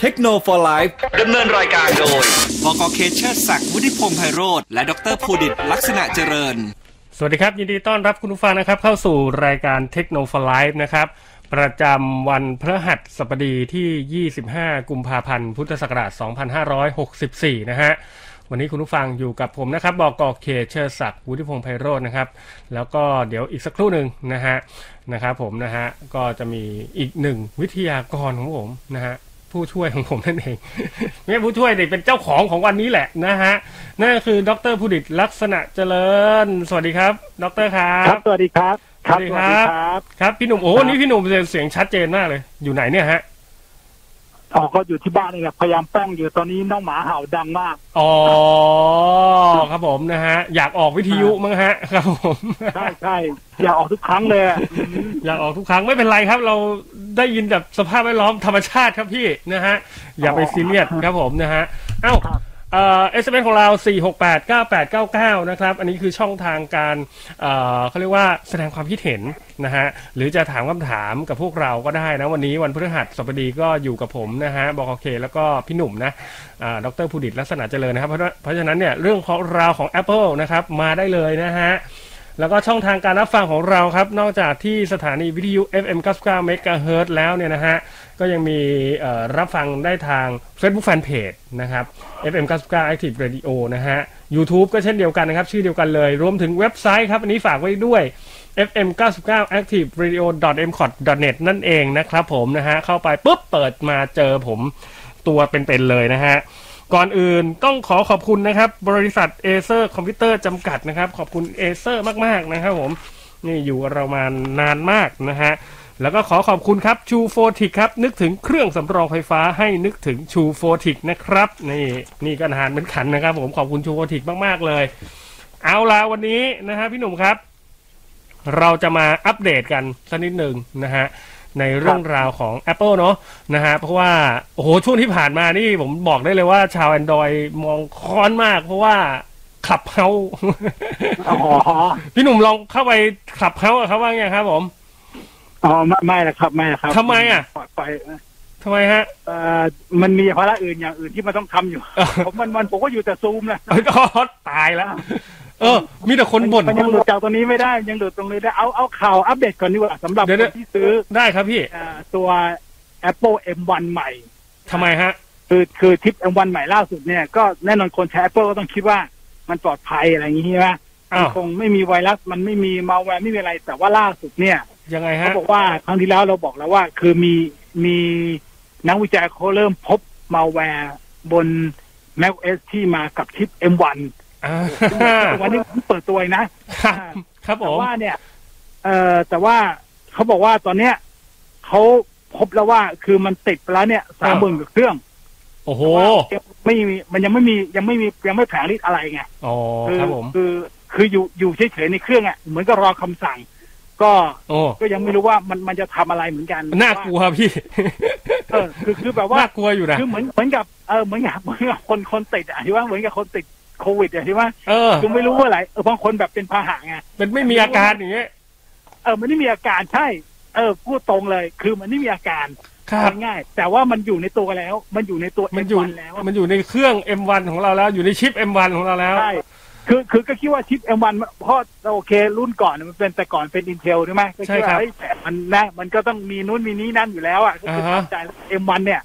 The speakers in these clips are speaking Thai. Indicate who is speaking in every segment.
Speaker 1: เทคโนโลยีไลฟ์
Speaker 2: ดำเนินรายการโดย
Speaker 3: บกเคเชอร์ศักดิ์วุฒิพงษ์ไพโรธและดรภูดิตลักษณะเจริญ
Speaker 4: สวัสดีครับ ยินดีต้อนรับคุณผู้ฟังนะครับ เข้าสู่รายการ t e c h n o for Life นะครับ ประจำวันพฤหัสบดีที่ 25 กุมภาพันธ์ พุทธศักราช 2564 นะฮะ วันนี้คุณผู้ฟังอยู่กับผมนะครับ บอกกอเคเชอร์ศักดิ์วุฒิพงษ์ไพโรจน์นะครับ แล้วก็เดี๋ยวอีกสักครู่หนึ่งนะฮะ นะครับผมนะฮะ ก็จะมีอีกหนึ่งวิทยากรของผมนะฮะ ผู้ช่วยของผมนั่นเอง ไม่ใช่ผู้ช่วยเด็กเป็นเจ้าของของวันนี้แหละนะฮะนั่นก็คือดรพูดิตลักษณะเจริญ สวัสดีครับ ดรครั
Speaker 5: ครับ บ สวัสดีครับ
Speaker 4: สวัสดีครับ ครับพี่หนุ่มโอ้วันนี้พี่หนุ่มเสียงชัดเจนมากเลย อยู่ไหนเนี่ยฮะ
Speaker 5: อ๋อก็อยู่ที่บ้านนี่แหละพยายามป้องอยู่ตอนนี้น้องหมาเห่าดังมาก
Speaker 4: อ๋อครับผมนะฮะอยากออกวิทยุมั้งฮะครับผม
Speaker 5: ใช่ใช่อย่าออกทุกครั้งเลยอะ
Speaker 4: อยากออกทุกครั้งไม่เป็นไรครับ เราได้ยินแบบสภาพแวดล้อมธรรมชาติครับพี่นะฮะอย่าไปซีเรียสครับผมนะฮะเอ้า เอ่อสเของเรา 468 9899 นะครับ อันนี้คือช่องทางการเอ่อเขาเรียกว่าแสดงความคิดเห็นนะฮะ หรือจะถามคำถามกับพวกเราก็ได้นะ วันนี้วันพฤหัสบดีก็อยู่กับผมนะฮะ บอกโอเค แล้วก็พี่หนุ่มนะอ่าดรภูดิตลักษณะเจริญนะครับ เพราะเพราะฉะนั้นเนี่ยเรื่องของราวของ Apple นะครับ มาได้เลยนะฮะ แล้วก็ช่องทางการรับฟังของเราครับ นอกจากที่สถานีวิทยุ FM 99 MHz แล้วเนี่ยนะฮะ ก็ยังมีเอ่อรับฟังได้ทาง Facebook Fanpage นะครับ FM 99 Active Radio นะฮะ YouTube ก็เช่นเดียวกันนะครับ ชื่อเดียวกันเลย รวมถึงเว็บไซต์ครับ อันนี้ฝากไว้ด้วย fm 99 active radio m c o t net นั่นเองนะครับผมนะฮะ เข้าไปปุ๊บ เปิดมาเจอผมตัวเป็นๆเลยนะฮะ ก่อนอื่นต้องขอขอบคุณนะครับ บริษัทเอเซอร์คอมพิวเตอร์จำกัดนะครับ ขอบคุณเอเซอร์มาก ๆ นะครับผม นี่อยู่กับเรามานานมากนะฮะ แล้วก็ขอขอบคุณครับชูโฟติกครับ นึกถึงเครื่องสำรองไฟฟ้าให้นึกถึงชูโฟติกนะครับ นี่นี่ก็นานเหมือนกันนะครับ ผมขอบคุณชูโฟติกมาก ๆ เลย เอาละวันนี้นะฮะพี่หนุ่มครับ เราจะมาอัปเดตกันสักนิดหนึ่งนะฮะ ในเรื่องราวของ Apple เนอะนะฮะ เพราะว่า โอ้โห ช่วงที่ผ่านมานี่ผมบอกได้เลยว่าชาว Android มองค้อนมาก เพราะว่าขับเฮา
Speaker 5: อ๋อ
Speaker 4: พี่หนุ่มลองเข้าไปขับเฮาอะครับว่าไงครับผม
Speaker 5: อ๋อไม่ไม่ละครับไม่ละครับ
Speaker 4: ทำไมอะ
Speaker 5: ปล่ยไป
Speaker 4: ทำไมฮะ
Speaker 5: เอ่อมันมีภาระอื่นอย่างอื่นที่มันต้องทำ อยู่ ผมวันวันผมก็อยู่แต่ซูมนะ
Speaker 4: เอ้ยอ๋อตายแล้ว เออ มีแต่คนบ่น
Speaker 5: มันยังหลุดจากตรงนี้ไม่ได้ยังหลุดตรงนี้ได้เอาเอาข่าวอัปเดตก่อนดีกว่าสำหรับ
Speaker 4: เดี๋ยว
Speaker 5: ค
Speaker 4: เดี๋ย
Speaker 5: น
Speaker 4: ว
Speaker 5: ที่ซื้อ
Speaker 4: ได้ครับพี่
Speaker 5: เอ่อตัว Apple M1 ใหม่
Speaker 4: ทำไมฮะ
Speaker 5: คือคือทิป M1 ใหม่ล่าสุดเนี่ยก็แน่นอนคนใช้ Apple ก็ต้องคิดว่ามันปลอดภัยอะไรอย่างนี้ใช่ไหมมั
Speaker 4: อ้าน ว
Speaker 5: คงไม่มีไวรัสมันไม่มีมาแวร์ไม่มีอะไร แต่ว่าล่าสุดเนี่ย
Speaker 4: ยังไง
Speaker 5: เขา
Speaker 4: ฮะ
Speaker 5: บอกว่าครั้งที่แล้วเราบอกแล้วว่า คือมีมีนักวิจัยเขาเริ่มพบมาแวร์บน macOS ที่มากับชิป M1
Speaker 4: อ่า
Speaker 5: วันนี้เพิ่งเปิดตัวเองนะ
Speaker 4: ครับครับผ
Speaker 5: แต่
Speaker 4: ม
Speaker 5: ว่าเนี่ย เอ่อแต่ว่าเขาบอกว่าตอนเนี้ยเขาพบแล้วว่าคือมันติดไปแล้วเนี่ยสามหมื่นกว่าเครื่อง
Speaker 4: โอ้โห
Speaker 5: ไม่มีมันยังไม่มียังไม่มียังไม่แผลงฤทธิ์อะไรไง
Speaker 4: อ๋อครับผม
Speaker 5: คือคืออยู่อยู่เฉยๆในเครื่องอ่ะเหมือนก็รอคำสั่ง ก็
Speaker 4: โอ้
Speaker 5: ก็ยังไม่รู้ว่ามันมันจะทำอะไรเหมือนกัน
Speaker 4: น่ากลัวพี่
Speaker 5: เออคือคือแบบว่า
Speaker 4: น่ากลัวอยู่นะ
Speaker 5: คือเหมือนเหมือนกับเออเหมือนกับเหมือนกับคนคนติดอ่ะที่ว่าเหมือนกับคนติดโควิดอ่ะที่ว่า
Speaker 4: เออ
Speaker 5: คือไม่รู้ว่าอะไรเออบางคนแบบเป็นพาหะไง
Speaker 4: เป็นไม่มีอาการอย่างเงี้ย
Speaker 5: เออมันไม่มีอาการใช่ เออพูดตรงเลย คือมันไม่มีอาการ
Speaker 4: ครับ
Speaker 5: ง่ายๆแต่ว่ามันอยู่ในตัวแล้ว มันอยู่ในตัว
Speaker 4: มันอยู่
Speaker 5: เอ็วัแล้ว
Speaker 4: มันอยู่ในเครื่อง M1 ของเราแล้ว อยู่ในชิป M1 ของเราแล้ว
Speaker 5: ใช่ คือ คือ ก็คิดว่าชิป M1 เพราะโอเค รุ่นก่อนมันเป็นแต่ก่อนเป็น Intel ใช่ไหมก็
Speaker 4: ใช่
Speaker 5: คิด
Speaker 4: ครั
Speaker 5: ว่า
Speaker 4: บ
Speaker 5: เฮ้ยแต่มันนะ มันก็ต้องมีนู้นมีนี้นั่นอยู่แล้วอ่ะ ก็คือ
Speaker 4: อ่าฮะ
Speaker 5: ตั้งใจ M1 เนี่ย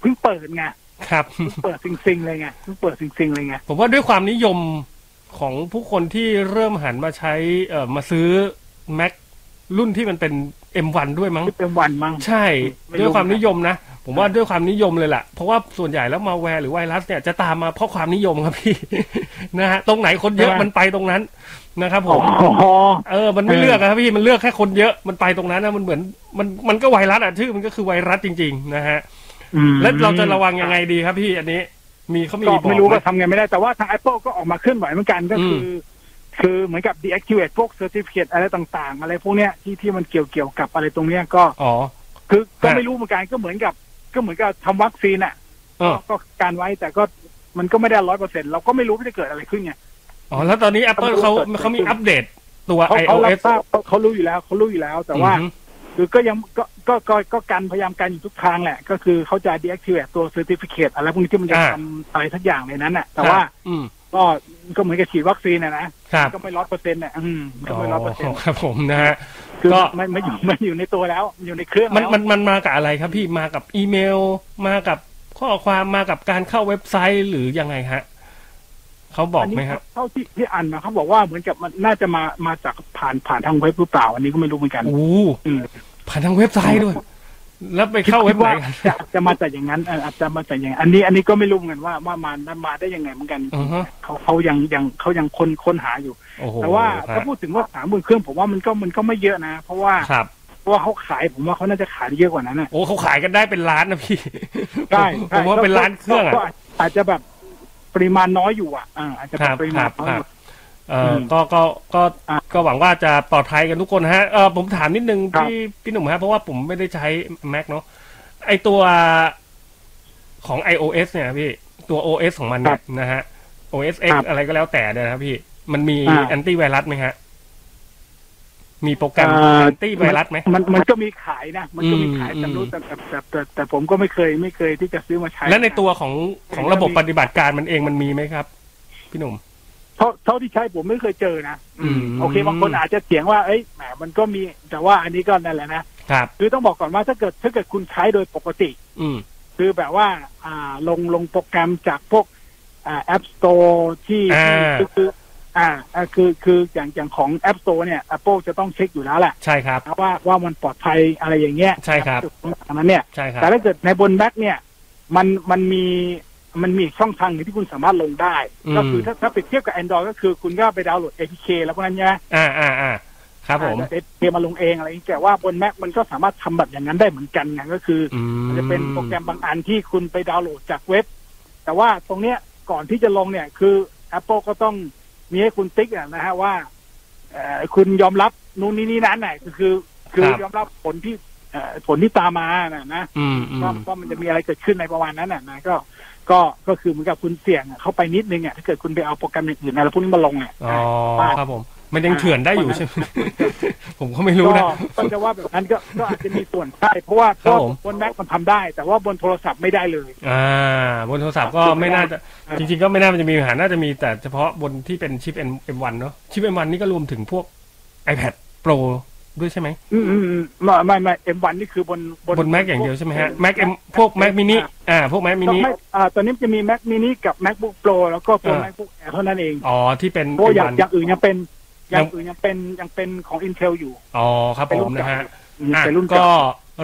Speaker 5: เพิ่งเปิดไง
Speaker 4: ครับ
Speaker 5: เปิดซิงซิงๆเลยไง เพิ่งเปิดซิงซิงๆเลยไง
Speaker 4: ผมว่าด้วยความนิยมของผู้คนที่เริ่มหันมาใช้เอ่อมาซื้อ Mac รุ่นที่มันเป็น M1 ด้วยมั้ง
Speaker 5: ชิป M1 มั้ง
Speaker 4: ใช่
Speaker 5: ไม่รู้
Speaker 4: ด้วยความนิยมนะ ผมว่าด้วยความนิยมเลยล่ะ เพราะว่าส่วนใหญ่แล้วมาแวร์หรือไวรัสเนี่ยจะตามมาเพราะความนิยมครับพี่ นะฮะตรงไหนคนเยอะมันไปตรงนั้นนะครับผ
Speaker 5: อ๋
Speaker 4: ม
Speaker 5: อ
Speaker 4: เออ มันไม่เลือกนะครับพี่ มันเลือกแค่คนเยอะ มันไปตรงนั้นนะ มันเหมือน มัน มันก็ไวรัสอ่ะ ชื่อมันก็คือไวรัสจริง ๆ นะฮะ
Speaker 5: อืม
Speaker 4: แล้วเราจะระวังยังไงดีครับพี่ อันนี้ มีเขามี
Speaker 5: ก็
Speaker 4: บอก
Speaker 5: ไม่รู้
Speaker 4: ห
Speaker 5: ว่าทำไงไม่ได้ แต่ว่าทาง Apple ก็ออกมาเคลื่อนไหวเหมือนกัน ก็คืออคือเหมือนกับ deactivate พวก certificate อะไรต่างๆ อะไรพวกเนี้ยที่ที่มันเกี่ยวเกี่ยวกับอะไรตรงเนี้ยก็
Speaker 4: อ๋อ
Speaker 5: คือ ก็
Speaker 4: ฮะ
Speaker 5: ไม่รู้เหมือนกัน ก็เหมือนกับ ก็เหมือนกับทำวัคซีนอ่ะ
Speaker 4: เออ
Speaker 5: ก็การไว้แต่ก็มันก็ไม่ได้ร้อยเปอร์เซ็นต์เราก็ไม่รู้ว่าจะเกิดอะไรขึ้นไง
Speaker 4: อ๋อ แล้วตอนนี้ Apple เขา
Speaker 5: ต้องรู้
Speaker 4: เขามี
Speaker 5: เกิดขึ้น
Speaker 4: อัปเดตตัว
Speaker 5: เขาเขารับ
Speaker 4: iOS
Speaker 5: ทราบเขาเขารู้อยู่แล้วเขารู้อยู่แล้ว แต่ว่า
Speaker 4: อือฮึ
Speaker 5: คือก็ยังก็ก็ก็ก็กันพยายามกันอยู่ทุกทางแหละ ก็คือเขาจะ deactivate ตัว certificate อะไรพวกนี้ที่มันจะ
Speaker 4: อ่า
Speaker 5: ทำอะไรสักอย่างในนั้นน่ะ แต่ว่า
Speaker 4: อืม
Speaker 5: ก็ก็เหมือนกับฉีดวัคซีนนะนะ
Speaker 4: ครับ
Speaker 5: ก็ไม่ร้อยเปอร์เซ็นต์น่ะอืมก็ไม่ร้อยเปอร์เซ็น
Speaker 4: อ๋อ
Speaker 5: ต์
Speaker 4: ครับผมนะฮะ
Speaker 5: คือ
Speaker 4: ก็
Speaker 5: มันมันอยู่มันอยู่ในตัวแล้วมันอยู่ในเครื่อง
Speaker 4: มัน
Speaker 5: แล้ว
Speaker 4: มันมันมากับอะไรครับพี่มากับอีเมล มากับข้อความมากับการเข้าเว็บไซต์หรือยังไงฮะเขาบอกไหมครับ
Speaker 5: เท่าที่ที่อ่านมาเขาบอกว่าเหมือนกับมันน่าจะมามาจากผ่านผ่านทางเว็บหรือเปล่า อันนี้ก็ไม่รู้เหมือนกัน
Speaker 4: โอ้
Speaker 5: อืม
Speaker 4: ผ่านทางเว็บไซต์ด้วย แล้วไปเข้าเว็บไหนกัน
Speaker 5: จะจะมาจากอย่างนั้นเอ่ออาจจะมาจากอย่างนั้นอันนี้อันนี้ก็ไม่รู้เหมือนกันว่าว่ามามาได้ยังไงเหมือนกัน
Speaker 4: อือฮะ
Speaker 5: เขาเขายังยังเขายังค้นค้นหาอยู่
Speaker 4: โอ้โห
Speaker 5: แต่ว่า
Speaker 4: ครั
Speaker 5: ถ้า
Speaker 4: บ
Speaker 5: พูดถึงว่าสามหมื่นเครื่องผมว่ามันก็มันก็ไม่เยอะนะ เพราะว่า
Speaker 4: ครับ
Speaker 5: เพราะว่าเขาขายผมว่าเขาน่าจะขายได้เยอะกว่านั้นนะ
Speaker 4: โอ้เขาขายกันได้เป็นล้านนะพี่
Speaker 5: ได้
Speaker 4: ผมผมว่าเป็นล้านเครื่องอะ
Speaker 5: ก็าจอาจจะแบบปริมาณน้อยอยู่อ่ะอ่าอาจจะ
Speaker 4: ครับ
Speaker 5: ปริ
Speaker 4: ค
Speaker 5: มา
Speaker 4: รั
Speaker 5: ณ
Speaker 4: บ
Speaker 5: น้อย
Speaker 4: ค
Speaker 5: อ
Speaker 4: รับ
Speaker 5: ยู่
Speaker 4: เอ่ออ
Speaker 5: ม
Speaker 4: ก็ก็ก็
Speaker 5: อ่ะ
Speaker 4: ก็หวังว่าจะปลอดภัยกันทุกคนนะฮะเออผมถามนิดนึง
Speaker 5: ครับ
Speaker 4: พี่พี่หนุ่มฮะเพราะว่าผมไม่ได้ใช้ Mac เนาะไอตัวของ iOS เนี่ยพี่ตัว OS ของมันเนี่ยนะฮะ OS X
Speaker 5: ครับ
Speaker 4: อะไรก็แล้วแต่เนี่ยนะครับพี่มันมี
Speaker 5: อ่า
Speaker 4: แอนตี้ไวรัสไหมฮะ มีโปรแกรม
Speaker 5: เอ่อ
Speaker 4: แอนตี้ไวรัสไหม
Speaker 5: มันมันก็มีขายนะ มันก็มีขาย
Speaker 4: อืม
Speaker 5: แต่รู้แต่แต่แต่แต่แต่ผมก็ไม่เคยไม่เคยที่จะซื้อมาใช้
Speaker 4: และในตัวของของระบบปฏิบัติการมันเองมันมีไหมครับ พี่หนุ่ม
Speaker 5: เท่าเท่าที่ใช้ผมไม่เคยเจอนะ
Speaker 4: อืม
Speaker 5: โอเคบางคนอาจจะเถียงว่าเอ้ยแหมมันก็มีแต่ว่าอันนี้ก็นั่นแหละนะครับ คือต้องบอกก่อนว่าถ้าเกิดถ้าเกิดคุณใช้โดยปกติ
Speaker 4: อืม
Speaker 5: คือแบบว่า อ่าลงลงโปรแกรมจากพวกอ่าแอป Store ที่
Speaker 4: อ่า
Speaker 5: ที่คือคืออ่าอ่าคือคืออย่างอย่างของ App Store เนี่ย Apple จะต้องเช็คอยู่แล้วแหละ
Speaker 4: ใช่ครับ
Speaker 5: นะว่าว่ามันปลอดภัยอะไรอย่างเงี้ย
Speaker 4: ใช่ครับ
Speaker 5: อันนั้นเนี่ย
Speaker 4: ใช่ครับ
Speaker 5: แต่ถ้าเกิดในบนแบ็กเนี่ย มันมันมีมันมีช่องทางหนึ่งที่คุณสามารถลงได้
Speaker 4: อืม
Speaker 5: ก็คือถ้าถ้าไปเทียบกับ Android ก็คือคุณก็ไปดาวน์โหลด APK แล้วพวกนั้นใช่ไหม
Speaker 4: อ่าอ่าอ่าครับผม
Speaker 5: เอพมาลงเองอะไรอย่างเงี้ยแต่ว่าบนแม็กมันก็สามารถทำแบบอย่างนั้นได้เหมือนกันไงก็คืออ
Speaker 4: อืม
Speaker 5: มันจะเป็นโปรแกรมบางอันที่คุณไปดาวน์โหลดจากเว็บ แต่ว่าตรงเนี้ยก่อนที่จะลงเนี่ยคือ Apple ก็ต้องมีให้คุณติ๊กอะนะฮะว่าเอ่อคุณยอมรับนู่นนี่นี่นั้นน่ะก็คือ คือ
Speaker 4: ครับ
Speaker 5: ยอมรับผลที่เอ่อผลที่ตามมาน่ะนะ
Speaker 4: อืมอืม
Speaker 5: ว่าว่ามันจะมีอะไรเกิดขึ้นในประมาณนั้นน่ะนะก็ก็ก็คือเหมือนกับคุณเสี่ยงอะเข้าไปนิดนึงอ่ะถ้าเกิดคุณไปเอาโปรแกรมอย่างอื่นอะไรพวกนี้มาลงเนี่ย
Speaker 4: อ๋อ
Speaker 5: ว่า
Speaker 4: ครับผม มันยังเถื่อนได้อยู่
Speaker 5: อ่า
Speaker 4: ใช่ไหม ผมก็ไม่รู้นะ
Speaker 5: ก็ก็จะว่าแบบนั้นก็ก็อาจจะมีส่วนใช่เพราะว่า
Speaker 4: ค
Speaker 5: เพ
Speaker 4: รับ
Speaker 5: ราะ
Speaker 4: ผม
Speaker 5: บนแม็กมันทำได้ แต่ว่าบนโทรศัพท์ไม่ได้เลย
Speaker 4: อ่า บนโทรศัพท์ก็ไม่น่าจะ
Speaker 5: อ่า
Speaker 4: จริงๆก็ไม่น่าจะมีปัญหา น่าจะมีแต่เฉพาะบนที่เป็นชิป M M1 เนอะชิป M1 นี่ก็รวมถึงพวก iPad Pro ด้วยใช่ไหม
Speaker 5: อืมอืมอืมไม่ไม่ไม่เอ็มวันนี่คือบน
Speaker 4: บน Mac อย่างเดียวใช่ไหมฮะ Mac M พวก Mac mini อ่า พวก Mac
Speaker 5: ก็
Speaker 4: mini
Speaker 5: ไม่อ่าตอนนี้จะมี Mac mini กับ MacBook Pro แล้วก็ตัว
Speaker 4: อ่า
Speaker 5: MacBook Air เท่านั้นเอง
Speaker 4: อ๋อ ที่เป็น
Speaker 5: เพราะอย่าง
Speaker 4: M1
Speaker 5: อย่างอื่นยังเป็นอ
Speaker 4: ยั
Speaker 5: ย่าง งอื่นยังเป็นยังเป็นของ Intel อยู่
Speaker 4: อ๋อ ครับ
Speaker 5: เป็น
Speaker 4: ผ
Speaker 5: รุ่
Speaker 4: ม
Speaker 5: น
Speaker 4: นะฮะ
Speaker 5: เก่า อืม
Speaker 4: อ่ะ
Speaker 5: เป็นรุ่น
Speaker 4: ก็
Speaker 5: เก่า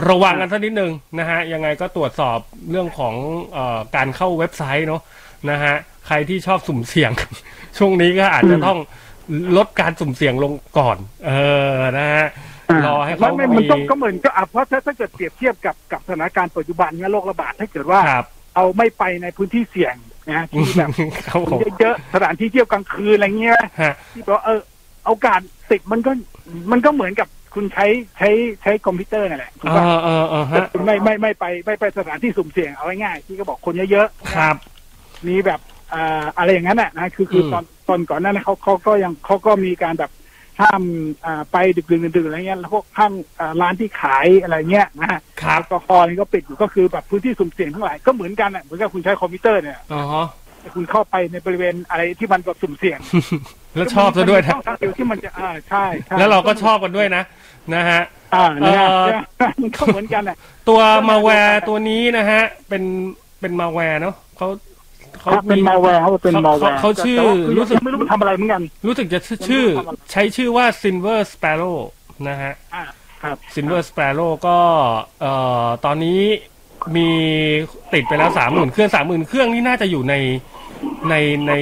Speaker 4: ระวังกันสักนิดนึงนะฮะยังไงก็ตรวจสอบเรื่องของเออการเข้าเว็บไซต์เนาะนะฮะใครที่ชอบสุ่มเสี่ยง ช่วงนี้ก็อาจจะต้องลดการสุ่มเสี่ยงลงก่อน เออนะฮะรอให้เขา
Speaker 5: ไม่ไม่
Speaker 4: มี
Speaker 5: นต้องก็เหมือนก็อ่ะเพราะถ้าถ้าเกิดเปรียบเทียบกับกับสถานการณ์ปัจจุบันเนี่ยโรคระบาดถ้าเกิดว่า
Speaker 4: ครับ
Speaker 5: เอาไม่ไปในพื้นที่เสี่ยงนะที่แบบ
Speaker 4: ครับผม
Speaker 5: เยอะๆสถานที่เที่ยวกลางคืนอะไรเงี้ย
Speaker 4: ฮะ
Speaker 5: ที่บอกว่าเออโอกาสติดมันก็มันก็เหมือนกับคุณใช้ใช้ใช้คอมพิวเตอร์นั่นแหละถูก
Speaker 4: เอ
Speaker 5: ป่ะ
Speaker 4: อเออเออฮะ
Speaker 5: คุณไม่ไม่ไม่ไปไม่ไปสถานที่สุ่มเสี่ยงเอาง่ายๆที่ก็บอกคนเยอะ
Speaker 4: ครับ
Speaker 5: ๆมีแบบอ่าอะไรอย่างนั้นน่ะนะคือคืออ
Speaker 4: ม
Speaker 5: ตอนตอนก่อนหนั้านเขาเขาก็ยังเขาก็มีการแบบห้ามอ่าไปดึกดื่นดื่นๆอะไรเงี้ยแล้วพวกห้างอ่าร้านที่ขายอะไรเงี้ยนะฮะ
Speaker 4: ครับ
Speaker 5: แอลกอฮอล์นี่ก็ปิดอยู่ก็คือแบบพื้นที่สุ่มเสี่ยงทั้งหลายก็เหมือนกันอ่ะเหมือนกับคุณใช้คอมพิวเตอร์เนี่ย
Speaker 4: อ๋อ
Speaker 5: คุณเข้าไปในบริเวณอะไรที่มันแบบสุ่มเสี่ยง
Speaker 4: แล้วชอบซะด้วย
Speaker 5: มัน
Speaker 4: นะ
Speaker 5: มีช่องทางเดียวที่มันจะอ่าใช่ใช่
Speaker 4: แล้วเราก็ชอบกันด้วยนะนะฮะ
Speaker 5: อ่าเนี่
Speaker 4: เ
Speaker 5: ย
Speaker 4: อ่อ
Speaker 5: มันก็เหมือนกันอ่ะ
Speaker 4: ตัวมาแวร์ตัวนี้นะฮะเป็นเป็นมาแวร์เนาะเขาเขา
Speaker 5: ครับเป็น
Speaker 4: มี
Speaker 5: มาแวร์เขาเป็นมาแวร์
Speaker 4: เขาชื่อรู้
Speaker 5: รู้
Speaker 4: สึ
Speaker 5: สึ
Speaker 4: ก
Speaker 5: กไม่รู้มันทำอะไรเหมือนกัน
Speaker 4: รู้สึกจะชื่อ ใช้ชื่อว่า Silver Sparrow นะฮะ
Speaker 5: อ่าครับ
Speaker 4: Silver Sparrow ก็เอ่อตอนนี้มีติดไปแล้วสามหมื่นเครื่องสามหมื่นเครื่องนี่น่าจะอยู่ในในใน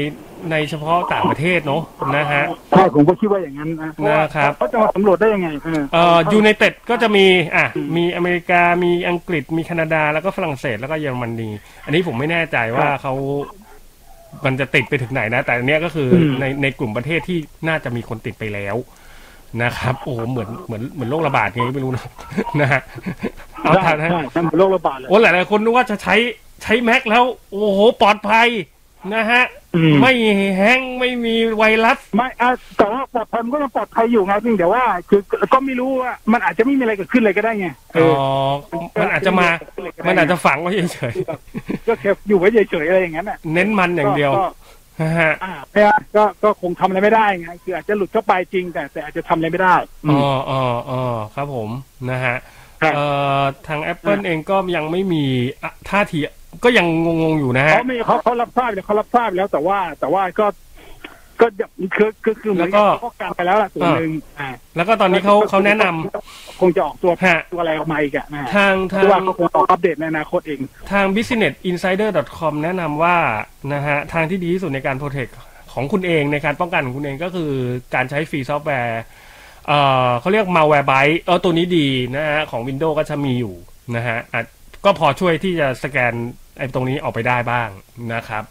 Speaker 4: ในเฉพาะต่างประเทศเนอะนะฮะ
Speaker 5: ใช่ผมก็คิดว่าอย่างนั้นนะเพาว่า
Speaker 4: นะครับ
Speaker 5: เขาจะมาสำรวจได้ยังไงเออ
Speaker 4: เอ่อยูไนเต็ดก็จะมีอ่ะมีอเมริกามีอังกฤษมีแคนาดาแล้วก็ฝรั่งเศสแล้วก็เยอรมนีอันนี้ผมไม่แน่ใจว่าเขามันจะติดไปถึงไหนนะ แต่อันเนี้ยก็คืออในในกลุ่มประเทศที่น่าจะมีคนติดไปแล้วนะครับ โอ้โหเหมือนเหมือนเหมือนโรคระบาดไงไม่รู้นะ นะฮะเอา
Speaker 5: ใช่
Speaker 4: ทางนะ
Speaker 5: ใช่นั่นเป็นโรคระบาดเลย
Speaker 4: โอ้หลายหลายๆคนนึกว่าจะใช้ใช้แม็กแล้ว โอ้โหปลอดภัย นะฮะ
Speaker 5: อืม
Speaker 4: ไม่แห้งก์ไม่มีไวรัส
Speaker 5: ไม่อ่ะแต่ว่าแต่ผมก็ยังปลอดภัยอยู่ไงเพียงแต่ว่า คือก็ไม่รู้ว่ามันอาจจะไม่มีอะไรเกิดขึ้นเลยก็ได้ไงเอ
Speaker 4: อ๋อ
Speaker 5: อ
Speaker 4: มันอาจจะมา
Speaker 5: เออ
Speaker 4: มันอาจจะฝังไว้เฉย
Speaker 5: ก็แค่อยู่ไว้เฉยๆอะไรอย่างนั้นน่ะ
Speaker 4: ๆ เน้นมันอย่างเดียว
Speaker 5: ก็
Speaker 4: นะฮะ
Speaker 5: อ่าไม่ว่าก็ก็คงทำอะไรไม่ได้ไงคืออาจจะหลุดเข้าไปจริง แต่แต่อาจจะทำอะไรไม่ได้อื
Speaker 4: อ๋
Speaker 5: ม
Speaker 4: ออ๋ออ๋อครับผมนะฮะ
Speaker 5: ครับ
Speaker 4: เอ่อทาง Apple เองก็ยังไม่มีอ่ะท่าทีก็ยังงงๆอยู่นะฮะ
Speaker 5: เขาไม่เขาเขารับทราบแล้วเขารับทราบแล้วแต่ว่าแต่ว่าก็ก็คือคือคือเหมือน
Speaker 4: แล้วก็
Speaker 5: เขาก็กันไปแล้วล่ะส่วนหนึ่งอ่า
Speaker 4: แล้วก็ตอนนี้เขาเขาแนะนำ
Speaker 5: คงจะออกตัว
Speaker 4: ฮะ
Speaker 5: ตัวอะไรออกมาอีกอะนะ
Speaker 4: ทาง
Speaker 5: เพ
Speaker 4: ทา
Speaker 5: ราะว่าง เขาคงออกอัปเดตในอนาคตเอง
Speaker 4: ทาง businessinsider.com แนะนำว่านะฮะทางที่ดีที่สุดในการโปรเทคของคุณเองในการป้องกันของคุณเองก็คือการใช้ฟรีซอฟต์แวร์เอ่อเขาเรียก malware byte เออตัวนี้ดีนะฮะของ Windows ก็จะมีอยู่นะฮะอาจก็พอช่วยที่จะสแกนไอ้ตรงนี้ออกไปได้บ้างนะครับ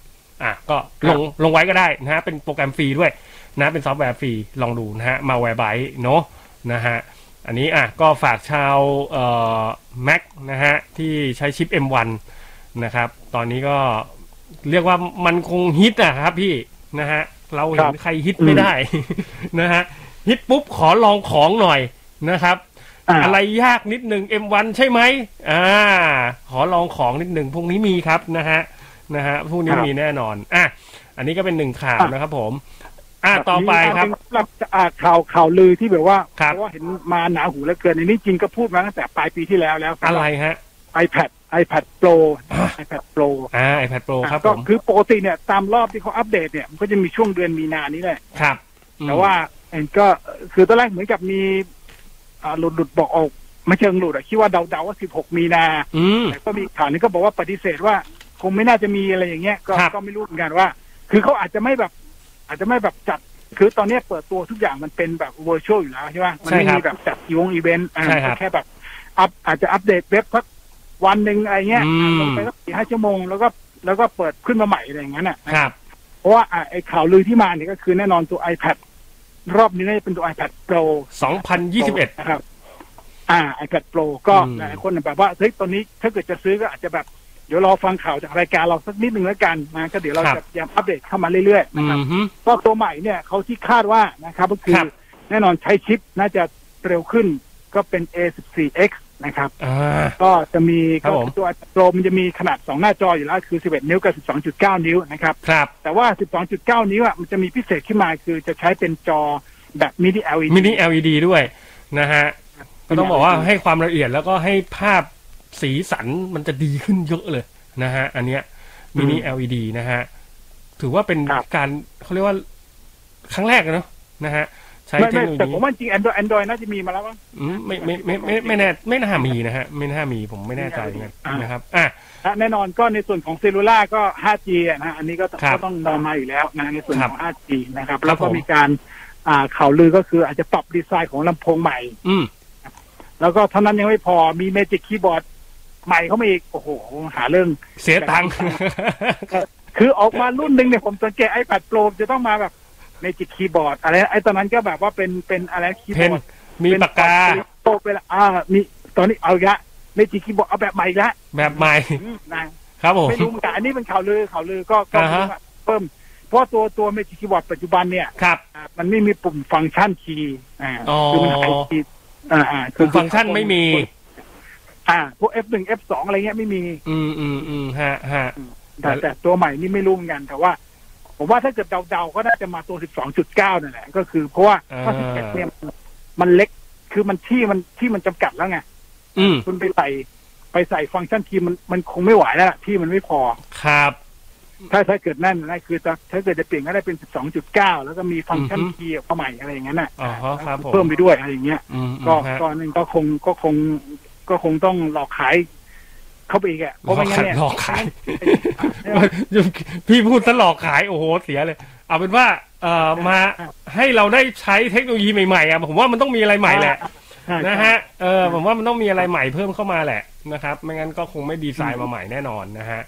Speaker 4: อ่ะก็ลงลงไว้ก็ได้นะฮะเป็นโปรแกรมฟรีด้วยนะเป็นซอฟต์แวร์ฟรีลองดูนะฮะ malware byte เนาะนะฮะ อันนี้อ่ะก็ฝากชาวเอ่อ Mac นะฮะ ที่ใช้ชิป M1 นะครับ ตอนนี้ก็เรียกว่ามันคงฮิตนะครับพี่นะฮะ เราเห็
Speaker 5: คน รับ
Speaker 4: ใครฮิตไม่ได้ นะฮะ ฮิตปุ๊บขอลองของหน่อยนะครับ
Speaker 5: า
Speaker 4: อะไรยากนิดหนึ่ง M1 ใช่ไหมอ่า ขอลองของนิดหนึ่งพวกนี้มีครับนะฮะนะฮะพวกนี้
Speaker 5: ครับ
Speaker 4: มีแน่นอนอ่ะอันนี้ก็เป็นหนึ่งข่าวนะครับผม อ่ะต่อไปครับ
Speaker 5: มีสำหอ่าข่าวข่าวลือที่แบบว่า
Speaker 4: ครับ
Speaker 5: เพราะว่าเห็นมาหนาหูเหลือเกินในนี้จริงก็พูดมาตั้งแต่ปลายปีที่แล้วแล้วสำหบ
Speaker 4: อะไรฮะ
Speaker 5: iPad iPad Pro
Speaker 4: อ่ะ
Speaker 5: iPad Pro
Speaker 4: อ่า iPad Pro ครับผ
Speaker 5: ก็
Speaker 4: ม
Speaker 5: คือปกติเนี่ยตามรอบที่เขาอัปเดตเนี่ยมันก็จะมีช่วงเดือนมีนานี้แหละ
Speaker 4: ครับอืม
Speaker 5: แต่ว่าเอ็นก็คือตอนแรกเหมือนกับมีอ่าหลุดหลุดบอกออกไม่เชิงหลุดอะคิดว่าเดาๆว่า 16 มีนา
Speaker 4: อืม
Speaker 5: แต่ก็มีข่าวนี้ก็บอกว่าปฏิเสธว่า คงไม่น่าจะมีอะไรอย่างเงี้ยก็
Speaker 4: ครับ
Speaker 5: ก็ไม่รู้เหมือนกันว่า คือเขาอาจจะไม่แบบ อาจจะไม่แบบจัด คือตอนเนี้ยเปิดตัวทุกอย่างมันเป็นแบบ virtual อยู่แล้วใช่ไหมมัไม่
Speaker 4: ใช่ครับ
Speaker 5: มีแบบจัดอีวงอีเวนต์อ่า
Speaker 4: ใช่ครับ
Speaker 5: แค่แบบอัพอาจจะอัปเดตเว็บสักวันหนึ่งอะไรเงี้ย
Speaker 4: อืม
Speaker 5: ลงไปสักสี่ห้าชั่วโมงแล้วก็แล้วก็เปิดขึ้นมาใหม่อะไรอย่างนั้นอ่ะ
Speaker 4: ครับ
Speaker 5: เพราะว่าอ่ะไอ้ข่าวลือที่มาเนี่ยก็คือแน่นอนตัว iPad รอบนี้น่าจะเป็นตัว iPad Pro
Speaker 4: 2021
Speaker 5: นะครับ อ่า iPad Pro ก็
Speaker 4: อืม
Speaker 5: หลายคนแบบว่าเฮ้ยตอนนี้ถ้าเกิดจะซื้อก็อาจจะแบบ เดี๋ยวรอฟังข่าวจากรายการเราสักนิดหนึ่งแล้วกันนะก็เดี๋ยวเราจะพยายามอัปเดตเข้ามาเรื่อยๆ
Speaker 4: อื
Speaker 5: นะครับ
Speaker 4: มฮึ
Speaker 5: ก็ตัวใหม่เนี่ยเขาที่คาดว่านะครับ ก็คือ
Speaker 4: ครับ
Speaker 5: แน่นอนใช้ชิปน่าจะเร็วขึ้นก็เป็น A14X นะครับ
Speaker 4: อ่า
Speaker 5: ก็จะมี
Speaker 4: ครั
Speaker 5: ก็
Speaker 4: บผม
Speaker 5: ตัว iPad Pro มันจะมีขนาด 2 หน้าจออยู่แล้วคือ 11 นิ้วกับ 12.9 นิ้วนะครับ
Speaker 4: ครับ
Speaker 5: แต่ว่า 12.9 นิ้วอ่ะ มันจะมีพิเศษขึ้นมาคือจะใช้เป็นจอแบบมินิ LED
Speaker 4: มินิ LED ด้วยนะฮะ ก็ต้องบอกว่าให้ความละเอียดแล้วก็ให้ภาพสีสันมันจะดีขึ้นเยอะเลยนะฮะ อันเนี้ยมินิ
Speaker 5: อืม
Speaker 4: LED นะฮะ ถือว่าเป็น
Speaker 5: ครับ
Speaker 4: การเขาเรียกว่าครั้งแรกอะเนาะนะฮะ ใช้
Speaker 5: ไม่
Speaker 4: เทค
Speaker 5: ไม่
Speaker 4: โนโล
Speaker 5: แต่
Speaker 4: ยี
Speaker 5: ผมว่าจริง Android Android น่าจะมีมาแล้วมั้ง
Speaker 4: อืมไม่ไม่ไม่ไม่ไม่แน่ไม่น่ามีนะฮะ ไม่น่ามีผมไม่แน่ใจเหมือนกัน
Speaker 5: อ่าน
Speaker 4: นะครับอ่ะ
Speaker 5: และแน่นอนก็ในส่วนของเซลลูล่าก็ 5G อะนะ อันนี้ก็ต้อง
Speaker 4: ครับ
Speaker 5: ก็ต้องนอนมาอยู่แล้วนะในส่วนของ 5G นะครับ
Speaker 4: ครั
Speaker 5: แล้
Speaker 4: บ
Speaker 5: วก็
Speaker 4: ผม
Speaker 5: มีการอ่าข่าวลือก็คืออาจจะปรับดีไซน์ของลำโพงใหม่
Speaker 4: อืม
Speaker 5: แล้วก็เท่านั้นยังไม่พอมีเมจิกคีย์บอร์ดใหม่เข้ามาอีก โอ้โห หาเรื่อง
Speaker 4: เสียตังค์
Speaker 5: คือออกมารุ่นหนึ่งเนี่ยผมสังเกต iPad Pro จะต้องมาแบบเมจิกคีย์บอร์ดอะไรไอ้ตอนนั้นก็แบบว่าเป็นเป็นอะไรคีย์
Speaker 4: เพ
Speaker 5: บ
Speaker 4: น
Speaker 5: อร์ด
Speaker 4: มีปากกา
Speaker 5: โตไปละอ่ามีตอนนี้เอาอีกละเมจิคีย์บอร์ดเอาแบบใหม่อีกละ
Speaker 4: แบบใหม่
Speaker 5: อืมนะครับ
Speaker 4: ผม
Speaker 5: ไม่รู้เหมือนกันอันนี้เป็นข่าวลือข่าวลือก็ก็
Speaker 4: อ่าฮะ
Speaker 5: เพิ่มเพราะตัวตัวเมจิคีย์บอร์ดปัจจุบันเนี่ย
Speaker 4: ครับ
Speaker 5: อ่ามันไม่มีปุ่มฟังก์ชันคีย์อ่า
Speaker 4: อ๋อ
Speaker 5: คือมันหายคีย์อ่าอ่า
Speaker 4: คือฟังก์ชันไม่มี
Speaker 5: อ่าพวก F1 F2 อะไรเงี้ยไม่มี
Speaker 4: อืมอืมอืมฮะฮะ
Speaker 5: แต่แต่ตัวใหม่นี่ไม่รู้เหมือนกันแต่ว่า ผมว่าถ้าเกิดเดาๆก็น่าจะมาตัว 12.9 นั่นแหละก็คือเพราะว่าถ้า
Speaker 4: อ่า
Speaker 5: 11เนี่ยมันเล็กคือมันที่มันที่มันจำกัดแล้วไง
Speaker 4: อืม
Speaker 5: คุณไปใส่ไปใส่ฟังก์ชันคีย์มันมันคงไม่ไหวแล้วล่ะที่มันไม่พอ
Speaker 4: ครับ
Speaker 5: ถ้าถ้าเกิดนั่นนะคือถ้าถ้าเกิดจะเปลี่ยนก็ได้เป็น 12.9 แล้วก็มีฟังก์ชัน
Speaker 4: อือฮึ
Speaker 5: คีย์ออกมาใหม่อะไรอย่างนั้นน่ะ
Speaker 4: อ๋อครับผม
Speaker 5: เพิ่มไปด้วยอะไรอย่างเงี้ย
Speaker 4: อืมอื
Speaker 5: ก็
Speaker 4: มฮะ
Speaker 5: ก็นึงก็คงก็คงก็คงต้องหลอกขาย เข้าไปอีกอ่ะเพ
Speaker 4: หลอ
Speaker 5: ราะไม่
Speaker 4: ก
Speaker 5: งั้
Speaker 4: ขาน ย
Speaker 5: เนี่ย
Speaker 4: หลอกขาย
Speaker 5: ใช่ไหม
Speaker 4: พี่พูดตลอกขายโอ้โหเสียเลย เอาเป็นว่าเอ่อมาให้เราได้ใช้เทคโนโลยีใหม่ๆอ่ะผมว่ามันต้องมีอะไรใหม่แหละ
Speaker 5: ใช่
Speaker 4: นะฮะเออผมว่ามันต้องมีอะไรใหม่เพิ่มเข้ามาแหละนะครับ ไม่งั้นก็คงไม่ดีไซน์มาใหม่แน่นอนนะฮะ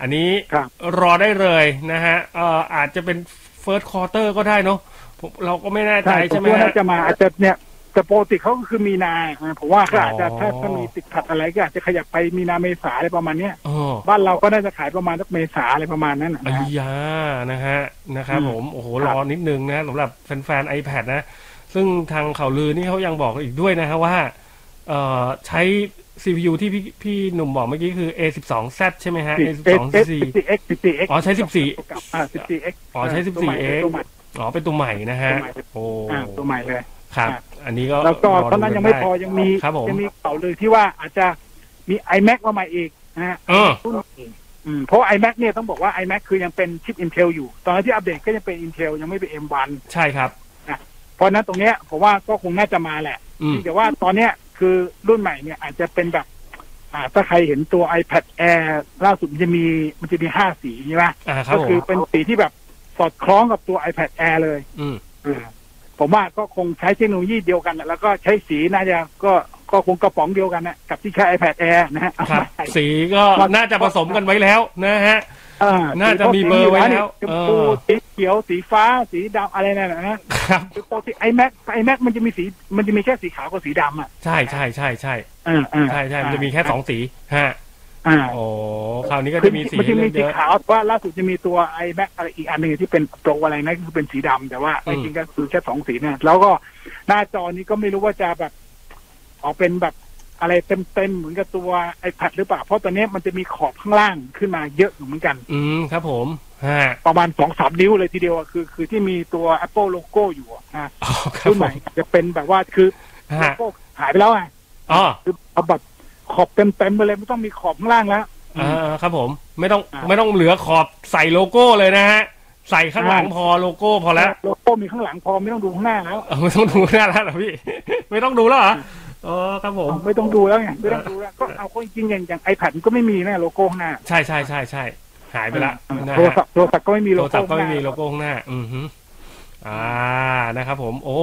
Speaker 4: อันนี้
Speaker 5: ครับ
Speaker 4: รอได้เลยนะฮะเอ่ออาจจะเป็นเฟิร์สคอร์เตอร์ก็ได้เนอะผมเราก็ไม่แน่ใจ
Speaker 5: ใช่
Speaker 4: ใช่ไห
Speaker 5: ผม
Speaker 4: ม
Speaker 5: ว่า
Speaker 4: ฮะ
Speaker 5: น่าจะมาอาจจะเนี่ย แต่ปกติเขาก็คือมีนานะผมว่าเขาอาจจะ
Speaker 4: อ๋อ
Speaker 5: ถ้าถ้ามีติดขัดอะไรก็อาจจะขยับไปมีนาเมษาอะไรประมาณเนี้ย
Speaker 4: อ๋อ
Speaker 5: บ้านเราก็น่าจะขายประมาณสักเมษาอะไรประมาณนั้นนะ
Speaker 4: อา
Speaker 5: ฮะ
Speaker 4: ยุยานะฮะนะครับ
Speaker 5: อืม
Speaker 4: ผม โอ้โห
Speaker 5: ค
Speaker 4: ร
Speaker 5: รับ
Speaker 4: อนิดนึงนะสำหรับแฟนๆ iPad นะ ซึ่งทางข่าวลือนี่เขายังบอกอีกด้วยนะฮะว่าเอ่อใช้ CPU ที่พี่พี่หนุ่มบอกเมื่อกี้คือ A12Z ใช่ไหมฮะ A12Z
Speaker 5: 14x 14x
Speaker 4: อ๋อใช้
Speaker 5: อ่า 14x
Speaker 4: อ๋อใช้
Speaker 5: ตัวใหม่
Speaker 4: 14x
Speaker 5: ตัวใหม่
Speaker 4: อ๋อ เป็นตัวใหม่นะฮะ
Speaker 5: ตัวใหม่
Speaker 4: โอ้
Speaker 5: อ่าตัวใหม่เลย
Speaker 4: ครับ
Speaker 5: อ่ะ
Speaker 4: อันนี้ก็
Speaker 5: แล้วก็
Speaker 4: รดู
Speaker 5: ตอนนั้นยังไม่
Speaker 4: ด้
Speaker 5: พอยังมี
Speaker 4: ครับผม
Speaker 5: ยัมีข่าวลือที่ว่าอาจจะมี iMac มาใหม่อีกนะฮะ
Speaker 4: เออ
Speaker 5: รุ่นอื่นอืมเพราะ iMac เนี่ยต้องบอกว่า iMac คือยังเป็นชิป Intel อยู่ ตอนนนที่อัปเดตก็ยังเป็น Intel ยังไม่เป็น M1
Speaker 4: ใช่ครับ
Speaker 5: เพราะฉะนั้นตรงเนี้ยผมว่าก็คงน่าจะมาแหละ
Speaker 4: อืม
Speaker 5: แต่ว่าตอนเนี้ยคือรุ่นใหม่เนี่ยอาจจะเป็นแบบ อ่าถ้าใครเห็นตัว iPad Air ล่าสุดมันจะมีมันจะมีห้าสีใช่ไหม
Speaker 4: อ่าครับผ
Speaker 5: ก็
Speaker 4: ม
Speaker 5: คือเป็นสีที่แบบสอดคล้องกับตัว iPad Air เลย
Speaker 4: อืม
Speaker 5: อืมผมว่าก็คงใช้เทคโนโลยีเดียวกันแหละแล้วก็ใช้สีน่าจะก็ก็คงกระป๋องเดียวกันนะกับที่ใช้ iPad Air นะฮะเอา
Speaker 4: ครับ
Speaker 5: มาใส่
Speaker 4: สีก็
Speaker 5: ครับ
Speaker 4: น่าจะผสมกันไว้แล้วนะฮะ
Speaker 5: อ่
Speaker 4: น่าจะมีเบอร์ไว้แล้ว
Speaker 5: สีขาวสีเหลือง
Speaker 4: เออ
Speaker 5: เนี่ยสีชมพูสีเขียวสีฟ้าสีดำอะไรนั่นนะนะครับ คือปกติไอแม็กไอแม็กมันจะมีสีมันจะมีแค่สีขาวกับสีดำอ่ะ
Speaker 4: ใช่ใช่ใช่ใช่
Speaker 5: อ่าอ่า
Speaker 4: ใช่ใช่มันจะมีแค่สองสีฮะ
Speaker 5: อ่า
Speaker 4: โอ้คราวนี้ก็จะมีสี
Speaker 5: มันจะมี
Speaker 4: ให้เลื
Speaker 5: สี
Speaker 4: อกเยอะ
Speaker 5: ขาวแต่ว่าล่าสุดจะมีตัวไอแม็กอะไรอีกอันหนึ่งที่เป็นโปรอะไรนะคือเป็นสีดำแต่ว่า
Speaker 4: อืม
Speaker 5: จริงๆก็คือแค่สองสีเนี่ยแล้วก็หน้าจอนี้ก็ไม่รู้ว่าจะแบบ ออกเป็นแบบอะไรเต็มๆเหมือนกับตัวไอแพดหรือเปล่า เพราะตอนนี้มันจะมีขอบข้างล่างขึ้นมาเยอะอยู่เหมือนกัน
Speaker 4: อืมครับผมฮะ
Speaker 5: ประมาณสองสามนิ้วเลยทีเดียวอะคือ คือที่มีตัว Apple โลโก้อยู่อะนะ
Speaker 4: อ๋อครับ
Speaker 5: รุ่
Speaker 4: ผ
Speaker 5: นใหม่
Speaker 4: ม
Speaker 5: จะเป็นแบบว่าคือโล
Speaker 4: ฮะ
Speaker 5: โก้หายไปแล้วไง
Speaker 4: อ๋อ
Speaker 5: คือเอาแบบขอบเต็มๆไปเลยไม่ต้องมีขอบข้างล่างแล้ว
Speaker 4: อ่าครับผม ไม่ต้อง
Speaker 5: อ่า
Speaker 4: ไม่ต้องเหลือขอบใส่โลโก้เลยนะฮะ ใส่ข้างหลังพอโลโก้พอแล้ว
Speaker 5: โลโก้มีข้างหลังพอไม่ต้องดูข้างหน้าแล้ว
Speaker 4: เออไม่ต้องดูหน้าแล้วเหรอพี่ ไม่ต้องดูแล้วเหรออ๋อครับผม
Speaker 5: ไม่ต้องดูแล้วไงไม่ต้องดูแล้วก็เอาก็จริงๆอย่างอย่างไอแพดก็ไม่มีนะโลโก้ข้างหน้า
Speaker 4: ใช่ใช่ใช่ใช่หายไปละนะ
Speaker 5: โทร
Speaker 4: ฮะ
Speaker 5: ศัพท์โทรศัพท์ก็ไม่มี
Speaker 4: โล
Speaker 5: โล
Speaker 4: โก้
Speaker 5: โก้
Speaker 4: ก็
Speaker 5: ข้างห
Speaker 4: ไม่
Speaker 5: น้า
Speaker 4: มีโลโก้ข้างหน้า อือฮึอ่า นะครับผม โอ้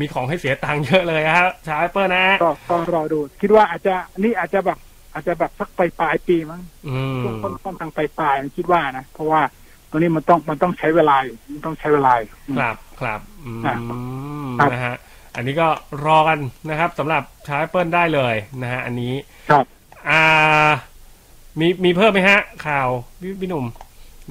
Speaker 4: มีของให้เสียตังค์เยอะเลยครับชาวแอปเปิลนะฮะ
Speaker 5: ก็ก็รอดู คิดว่าอาจจะนี่อาจจะแบบอาจจะแบบสักปลายปลายปีมั้ง
Speaker 4: อืม
Speaker 5: ช่วงต้นต้นทางปลายปลายๆคิดว่านะเพราะว่าตรงนี้มันต้องมันต้องใช้เวลาอยู่มันต้องใช้เวลาอยู่
Speaker 4: ครับครับอื
Speaker 5: ครับ
Speaker 4: ม
Speaker 5: ครับ
Speaker 4: นะฮะ อันนี้ก็รอกันนะครับสำหรับชาวแอปเปิลได้เลยนะฮะ อันนี้
Speaker 5: ครับ
Speaker 4: อ่า มีมีเพิ่มไหมฮะ ข่าวพี่พี่หนุ่ม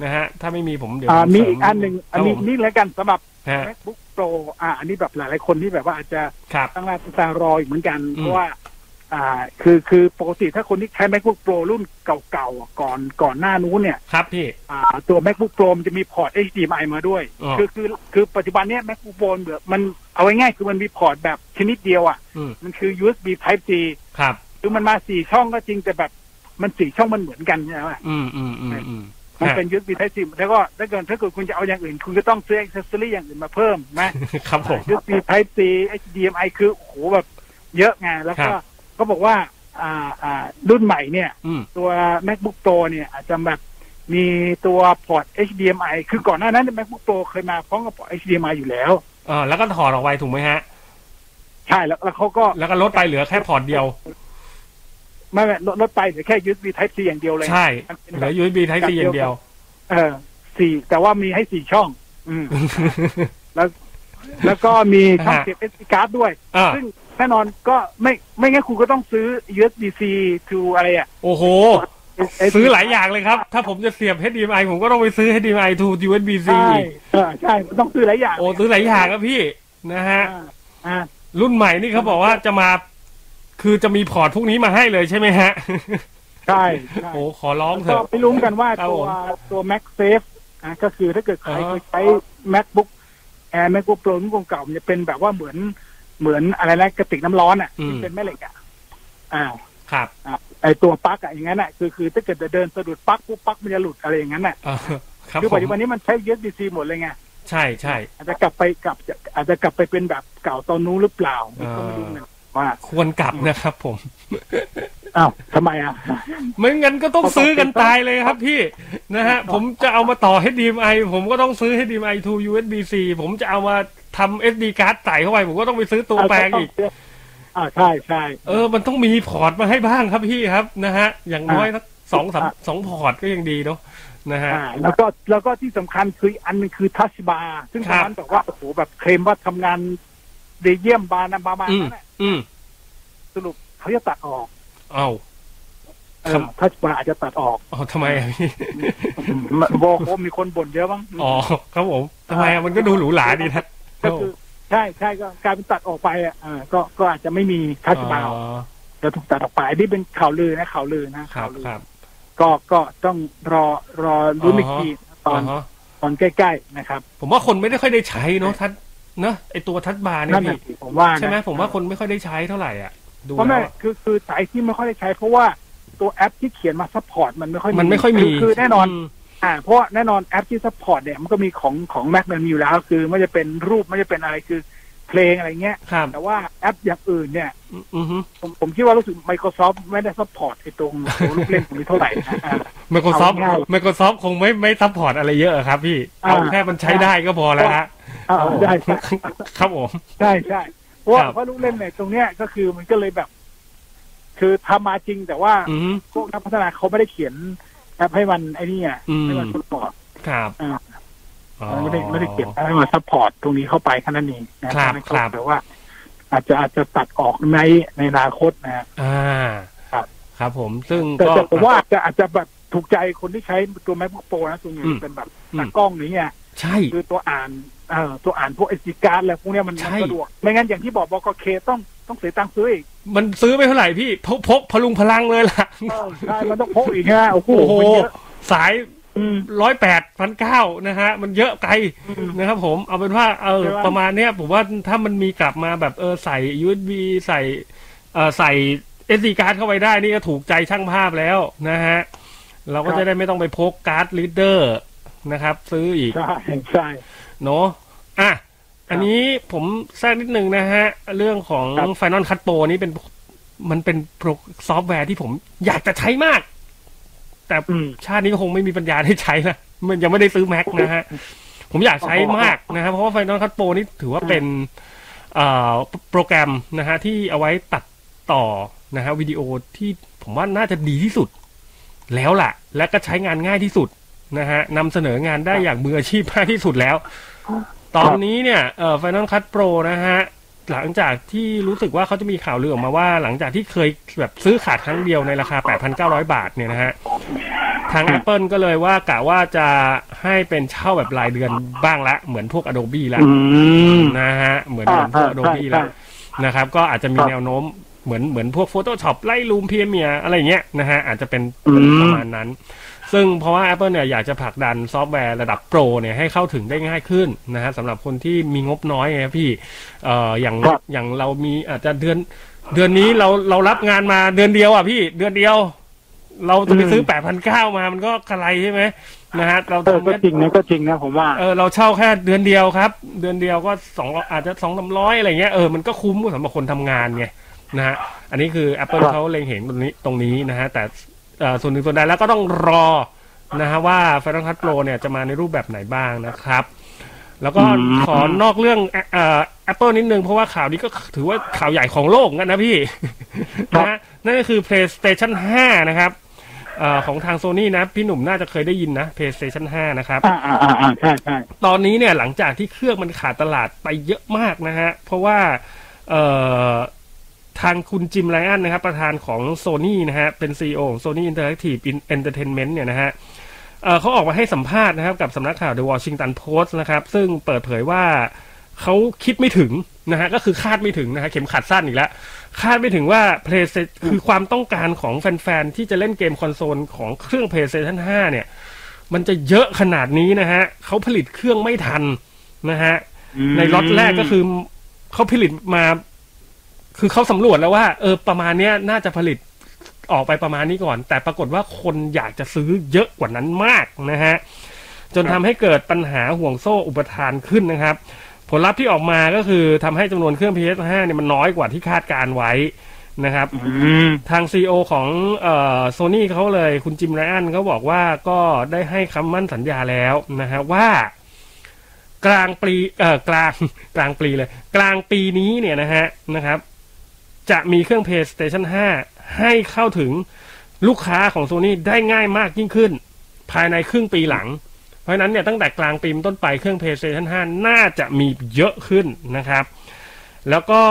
Speaker 4: นะฮะ ถ้าไม่มีผมเดี๋ยว
Speaker 5: อ่า
Speaker 4: ผ
Speaker 5: มี
Speaker 4: เสริ
Speaker 5: อีกอันหนึ่งอันนี้
Speaker 4: ครับผม
Speaker 5: นี่แล้วกันสำหรับ
Speaker 4: ฮะ
Speaker 5: MacBook Pro อ่า อันนี้แบบหลายๆคนที่แบบว่าอาจจะ
Speaker 4: ครับ
Speaker 5: ตั้งหน้าตั้งตารออีกเหมือนกัน
Speaker 4: อืม
Speaker 5: เพราะว่า อ่า คือคือปกติถ้าคนที่ใช้ MacBook Pro รุ่นเก่าๆอ่ะก่อนก่อนหน้านู้นเนี่ย
Speaker 4: ครับพี่
Speaker 5: อ่า ตัว MacBook Pro มันจะมีพอร์ต HDMI มาด้วย
Speaker 4: อ๋อ
Speaker 5: คือคือคือปัจจุบันเนี้ย MacBook Pro เหมือนมันเอาง่ายๆคือมันมีพอร์ตแบบชนิดเดียวอ่ะ
Speaker 4: อืม
Speaker 5: มันคือ USB Type C
Speaker 4: ครับ
Speaker 5: คือมันมาสี่ช่องก็จริงแต่แบบมันสี่ช่องมันเหมือนกันใช่ไหม
Speaker 4: อืมอืมอืมอืม
Speaker 5: มัน
Speaker 4: ฮะ
Speaker 5: เป็น USB Type C แล้วก็ถ้าเกิดถ้าเกิดคุณจะเอาอย่างอื่น คุณก็ต้องซื้อ accessory อย่างอื่นมาเพิ่มนะ
Speaker 4: ครับผม
Speaker 5: ยุคปี Type C HDMI คือโอ้โหแบบเยอะไงแล้วก็
Speaker 4: ครับ
Speaker 5: ก็บอกว่าอ่าอ่ารุ่นใหม่เนี่ย
Speaker 4: อืม
Speaker 5: ตัว MacBook Pro เนี่ยอาจจะแบบมีตัวพอร์ต HDMI คือก่อนหน้านั้น MacBook Pro เคยมาพร้อมกับพอร์ต HDMI อยู่แล้ว
Speaker 4: เออแล้วก็ถอดออกไปถูกไหมฮะ
Speaker 5: ใช่แล้วแล้วเขาก็
Speaker 4: แล้วก็ลดไปเหลือแค่พอร์ตเดียว
Speaker 5: ไม่ไม่ลดลดไปเหลือแค่ USB Type C อย่างเดียวเลย
Speaker 4: ใช่ เหลือ USB Type C อย่างเดียว
Speaker 5: เออสี่แต่ว่ามีให้สี่ช่อง อืม แล้วก็มีช่อง
Speaker 4: ฮะ
Speaker 5: เสียบ SD card ด้วย
Speaker 4: อ่า
Speaker 5: ซึ่งแน่นอนก็ไม่ไม่งั้นคุณก็ต้องซื้อ USB C to อะไรอะ
Speaker 4: โอ้โห
Speaker 5: SD
Speaker 4: ซื้อหลายอย่างเลยครับ ถ้าผมจะเสียบ HDMI ผมก็ต้องไปซื้อ HDMI to USB C
Speaker 5: ใช่เออใช่มันต้องซื้อหลายอย่าง
Speaker 4: โอ้ซื้อหลายอย่างครับพี่นะฮะ
Speaker 5: อ่าอ่า
Speaker 4: รุ่นใหม่นี่เขาบอกว่าจะมา คือจะมีพอร์ตพวกนี้มาให้เลยใช่ไหมฮะ
Speaker 5: ใช่ใช่
Speaker 4: โอ้ขอร้องเถ
Speaker 5: ก็
Speaker 4: อะ
Speaker 5: ไม่รู้เหมือนกันว่า
Speaker 4: ครับผ
Speaker 5: ตัว
Speaker 4: ม
Speaker 5: ตัว Mac Safe อ่ะก็คือถ้าเกิดใคร
Speaker 4: อ่า
Speaker 5: เค
Speaker 4: ฮะ
Speaker 5: ยใช้ MacBook Air MacBook Pro รุ่นเก่าๆมันจะเป็นแบบว่าเหมือนเหมือนอะไรนะกระติกน้ำร้อนอ่ะ
Speaker 4: อืม
Speaker 5: เป็นแม่เหล็กอ่ะอ่า
Speaker 4: ครับ
Speaker 5: อ่าไอตัวปลั๊กอ่ะอย่างนั้นอ่ะคือคือถ้าเกิดจะเดินสะดุดปลั๊กปุ๊บปลั๊กมันจะหลุดอะไรอย่างนั้นอ่ะ
Speaker 4: เออครับ
Speaker 5: คือ
Speaker 4: ผ
Speaker 5: ปัจ
Speaker 4: ม
Speaker 5: จุบันนี้มันใช้ USB-C หมดเลยไง
Speaker 4: ใช่ใช่
Speaker 5: อาจจะกลับไปกลับอาจจะกลับไปเป็นแบบเก่าตอนนู้นหรือเปล่าก็ไม่รู้
Speaker 4: อ่า
Speaker 5: นะว่า
Speaker 4: ควรกลับนะครับผม
Speaker 5: อ้าวทำไมอ่ะ
Speaker 4: ไม่งั้นก็ต้องซื้อกันตายเลยครับพี่นะฮะ ผมจะเอามาต่อ HDMI ผมก็ต้องซื้อ HDMI to USB C ผมจะเอามาทำ SD card ใส่เข้าไป ผมก็ต้องไปซื้อตัวแปลงอีก
Speaker 5: อ่าใช่ใช่
Speaker 4: เออ มันต้องมีพอร์ตมาให้บ้างครับพี่ครับนะฮะ อย่างน้อยสักสองสาม
Speaker 5: อ่ะ
Speaker 4: สองพอร์ตก็ยังดีเนาะนะฮะ
Speaker 5: อ่า แล้วก็แล้วก็ที่สำคัญคืออันหนึงคือทัชบาร์ซึ่ง
Speaker 4: ครั
Speaker 5: ทา
Speaker 4: บ
Speaker 5: งร้านบอกว่าโอ้โหแบบเคลมว่าทำงาน ดีเยี่ยมบานาประมาณ
Speaker 4: อืม
Speaker 5: นั้นน่ะ
Speaker 4: อืม
Speaker 5: สรุปเขาจะตัดออก
Speaker 4: เอา
Speaker 5: เอ
Speaker 4: ครั
Speaker 5: อบ ทัชบาอาจจะตัดออก
Speaker 4: เอาทำไมอะพี่
Speaker 5: โบโคมีคนบ่นเยอะบ้าง
Speaker 4: อ๋อครับผมทำไมอะมันก็ดูหรูหราดีนะ
Speaker 5: ก็คือใช่ใช่ก็กลายเป็นตัดออกไปอ่ะเออก็ก็อาจจะไม่มีทัชบาว
Speaker 4: อ๋อ
Speaker 5: จะถูกตัดออกไปนี่เป็นข่าวลือนะข่าวลือนะครับ ข่าวลื
Speaker 4: ครับ
Speaker 5: ก็ก็ต้องรอรอรุ้นอีกทีตอน
Speaker 4: อ่าฮะ
Speaker 5: ตอนใกล้ ๆ นะครับ
Speaker 4: ผมว่าคนไม่ได้ค่อยได้ใช้เนาะทัดเนาะไอตัวทัดบาร์เนี่ย
Speaker 5: นั่นแหละ
Speaker 4: พี่
Speaker 5: สิผมว่านะ
Speaker 4: ใช่ไหมผมว่าคนไม่ค่อยได้ใช้เท่าไหร่อ่ะ ดู
Speaker 5: เพราะแม่
Speaker 4: แล้วอะ
Speaker 5: คือคือสายที่ไม่ค่อยได้ใช้ เพราะว่าตัวแอปที่เขียนมาซัพพอร์ตมันไม่ค่อย
Speaker 4: มันไม่ค่อยมี
Speaker 5: คือแน่นอน
Speaker 4: ม
Speaker 5: อ่าเพราะแน่นอนแอปที่ซัพพอร์ตเนี่ยมันก็มีของของแม็กมันมีอยู่แล้ว คือไม่จะเป็นรูปไม่จะเป็นอะไรคือเพลงอะไรเงี้ย
Speaker 4: ครับ
Speaker 5: แต่ว่าแอปอย่างอื่นเนี่ย
Speaker 4: อืมอืมฮึ
Speaker 5: ผมผมคิดว่ารู้สึก Microsoft ไม่ได้ซัพพอร์ตไอ้ตรงตัวลูกเล่นตรงนี้เท่าไหร่ นะอ่า
Speaker 4: Microsoft
Speaker 5: เอาง่าย
Speaker 4: Microsoft คงไม่ไม่ซัพพอร์ตอะไรเยอะครับพี่ เอา
Speaker 5: อ่า
Speaker 4: แค่มันใช้ได้ก็พอแล้วฮะ
Speaker 5: อ่าได้ใช่
Speaker 4: ครับผม
Speaker 5: ใช่ใช่เพราะว่า
Speaker 4: ครับ
Speaker 5: เพราะลูกเล่นเนี่ยตรงเนี้ยก็คือมันก็เลยแบบ คือทำมาจริงแต่ว่า
Speaker 4: อืม
Speaker 5: พวกนักพัฒนาเขาไม่ได้เขียนแอปให้มันไอ้นี่อ่ะ
Speaker 4: อืม
Speaker 5: ให้มันซัพพอร์ต
Speaker 4: ครับ
Speaker 5: อ่า
Speaker 4: อ๋อ
Speaker 5: ไม่ได้ไม่ได้เขียนแอปให้มันซัพพอร์ตตรงนี้เข้าไปแค่นั้นเองนะครับ ไม่
Speaker 4: ครับ
Speaker 5: แต่ว่า อาจจะอาจจะตัดออกในในอนาคตนะฮะ
Speaker 4: อ่า
Speaker 5: ครับ
Speaker 4: ครับผมซึ่ง
Speaker 5: แต่
Speaker 4: ก็
Speaker 5: แต่ผมว่าอาจจะอาจจะแบบถูกใจคนที่ใช้ตัว MacBook Pro นะส่วนใหญ่
Speaker 4: อืม
Speaker 5: เป็นแบบ
Speaker 4: อืม
Speaker 5: ตากล้องนี้ไง
Speaker 4: ใช่
Speaker 5: คือตัวอ่านเอ่อตัวอ่านพวกเอสดีการ์ดอะไรพวกเนี้ยมัน
Speaker 4: ใช่
Speaker 5: มันสะดวก ไม่งั้นอย่างที่บอกบกเคต้องต้องเสียตังค์ซื้ออีก
Speaker 4: มันซื้อไม่เท่าไหร่พี่พกพกพลุงพลังเลยล่ะ
Speaker 5: เออใช่ มันต้องพกอีกฮะโอ้โห
Speaker 4: โอ้โห
Speaker 5: มันเยอะ
Speaker 4: สาย
Speaker 5: อืม
Speaker 4: ร้อยแปดพันเก้านะฮะ มันเยอะไกล นะครับผมเอาเป็นว่าเออ
Speaker 5: ใช่ปะ
Speaker 4: ประมาณเนี้ยผมว่าถ้ามันมีกลับมาแบบเออใส่ USB ใส่เออใส่ SD การ์ดเข้าไปได้นี่ก็ถูกใจช่างภาพแล้วนะฮะ เราก็จะได้ไม่ต้องไปพกการ์ดรีดเดอร์นะครับ ซื้ออีก
Speaker 5: ใช่ใช่
Speaker 4: เนาะอ่ะ อันนี้ผมแทรกนิดนึงนะฮะ เรื่องของ
Speaker 5: ครับ
Speaker 4: Final Cut Pro นี่เป็นมันเป็นโปรซอฟต์แวร์ที่ผมอยากจะใช้มาก แต่
Speaker 5: อืม
Speaker 4: ชาตินี้ก็คงไม่มีปัญญาได้ใช้นะ มันยังไม่ได้ซื้อ Mac นะฮะ ผมอยากใช้มากนะครับ เพราะว่า Final Cut Pro นี่ถือว่าเป็นเอ่อโปรแกรมนะฮะ ที่เอาไว้ตัดต่อนะฮะวิดีโอที่ผมว่าน่าจะดีที่สุด แล้วล่ะ และก็ใช้งานง่ายที่สุดนะฮะนำเสนองานได้อย่างมืออาชีพมากที่สุดแล้ว ตอนนี้เนี่ยเอ่อ Final Cut Pro นะฮะ หลังจากที่รู้สึกว่าเขาจะมีข่าวลือออกมาว่า หลังจากที่เคยแบบซื้อขาดครั้งเดียวในราคา 8,900 บาทเนี่ยนะฮะ ทาง Apple ก็เลยว่ากะว่าจะให้เป็นเช่าแบบรายเดือนบ้างละ เหมือนพวก Adobe ละ
Speaker 5: อืม
Speaker 4: นะฮะ เหมือนเหมือนพวก
Speaker 5: อ่า
Speaker 4: Adobe
Speaker 5: ใช่
Speaker 4: ละ
Speaker 5: ใช่
Speaker 4: นะครับ ก็อาจจะมีแนวโน้มเหมือนเหมือนพวก Photoshop ไล่รูม Premiere อะไรอย่างเงี้ยนะฮะ อาจจะเป็นประมาณนั้น ซึ่งเพราะว่า Apple เนี่ยอยากจะผลักดันซอฟต์แวร์ระดับโปรเนี่ยให้เข้าถึงได้ง่ายขึ้นนะฮะสำหรับคนที่มีงบน้อยไงครับพี่เอ่ออย่าง
Speaker 5: ครับ
Speaker 4: อย่างเรามีอาจจะเดือน เดือนนี้เราเรารับงานมาเดือนเดียวอ่ะพี่เดือนเดียว เราจะไปซื้อแปดพันเก้ามามันก็กระไรใช่ไหมนะฮะเรา
Speaker 5: เออ
Speaker 4: ทำ
Speaker 5: ก็
Speaker 4: แค่
Speaker 5: จริงนะก็จริงนะผมว่า
Speaker 4: เออเราเช่าแค่เดือนเดียวครับ เดือนเดียวก็สองอาจจะสองสามร้อยอะไรเงี้ยเออมันก็คุ้มสำหรับคนทำงานไงนะฮะอันนี้คือ Apple
Speaker 5: ครับ
Speaker 4: เขาเล็งเห็นตรงนี้ตรงนี้นะฮะแต่เอ่อส่วนหนึ่งส่วนใดแล้วก็ต้องรอนะฮะว่า Final Cut Pro เนี่ยจะมาในรูปแบบไหนบ้างนะครับ แล้วก็ขอนอกเรื่องเอ่อ Apple นิดนึงเพราะว่าข่าวนี้ก็ถือว่าข่าวใหญ่ของโลกเหมือนกันนะพี่
Speaker 5: ครั
Speaker 4: นะ
Speaker 5: บ
Speaker 4: ฮะนั่นก็คือ PlayStation 5 นะครับเอ่อของทางโซ n y นะ พี่หนุ่มน่าจะเคยได้ยินนะ PlayStation 5 นะครับ
Speaker 5: อ่าอ่าอ่าอ่าใช่ใช่
Speaker 4: ตอนนี้เนี่ยหลังจากที่เครื่องมันขาดตลาดไปเยอะมากนะฮะ เพราะว่าเอ่อทางคุณจิมไลอันนะครับ ประธานของ Sony นะฮะ เป็น CEO ของ Sony Interactive Entertainment เนี่ยนะฮะเอ่อเขาออกมาให้สัมภาษณ์นะครับกับสำนักข่าว The Washington Post นะครับ ซึ่งเปิดเผยว่าเขาคิดไม่ถึงนะฮะ ก็คือคาดไม่ถึงนะฮะ เข็มขัดสั้นอีกแล้ว คาดไม่ถึงว่า PlayStation คือความต้องการของแฟน ๆ ที่จะเล่นเกมคอนโซลของเครื่อง PlayStation 5 เนี่ย มันจะเยอะขนาดนี้นะฮะ เขาผลิตเครื่องไม่ทันนะฮะ ในล็อตแรกก็คือเขาผลิตมา คือเขาสำรวจแล้วว่า เออ ประมาณเนี้ยน่าจะผลิตออกไปประมาณนี้ก่อน แต่ปรากฏว่าคนอยากจะซื้อเยอะกว่านั้นมากนะฮะ จนทำให้เกิดปัญหาห่วงโซ่อุปทานขึ้นนะครับ ผลลัพธ์ที่ออกมาก็คือทำให้จำนวนเครื่อง PS5 เนี่ยมันน้อยกว่าที่คาดการไว้นะครับ
Speaker 5: อืม
Speaker 4: ทางซีอของโซนี่อ Sony เขาเลยคุณจิมไรอันเขาบอกว่าก็ได้ให้คำมั่นสัญญาแล้วนะฮะว่า กลางปีเอ่อกลาง กลางปีเลย กลางปีนี้เนี่ยนะฮะนะครับ จะมีเครื่อง PlayStation 5 ให้เข้าถึงลูกค้าของ Sony ได้ง่ายมากยิ่งขึ้น ภายในครึ่งปีหลัง เพราะฉะนั้นเนี่ยตั้งแต่กลางปีเป็นต้นไปเครื่อง PlayStation 5 น่าจะมีเยอะขึ้นนะครับ แล้วก็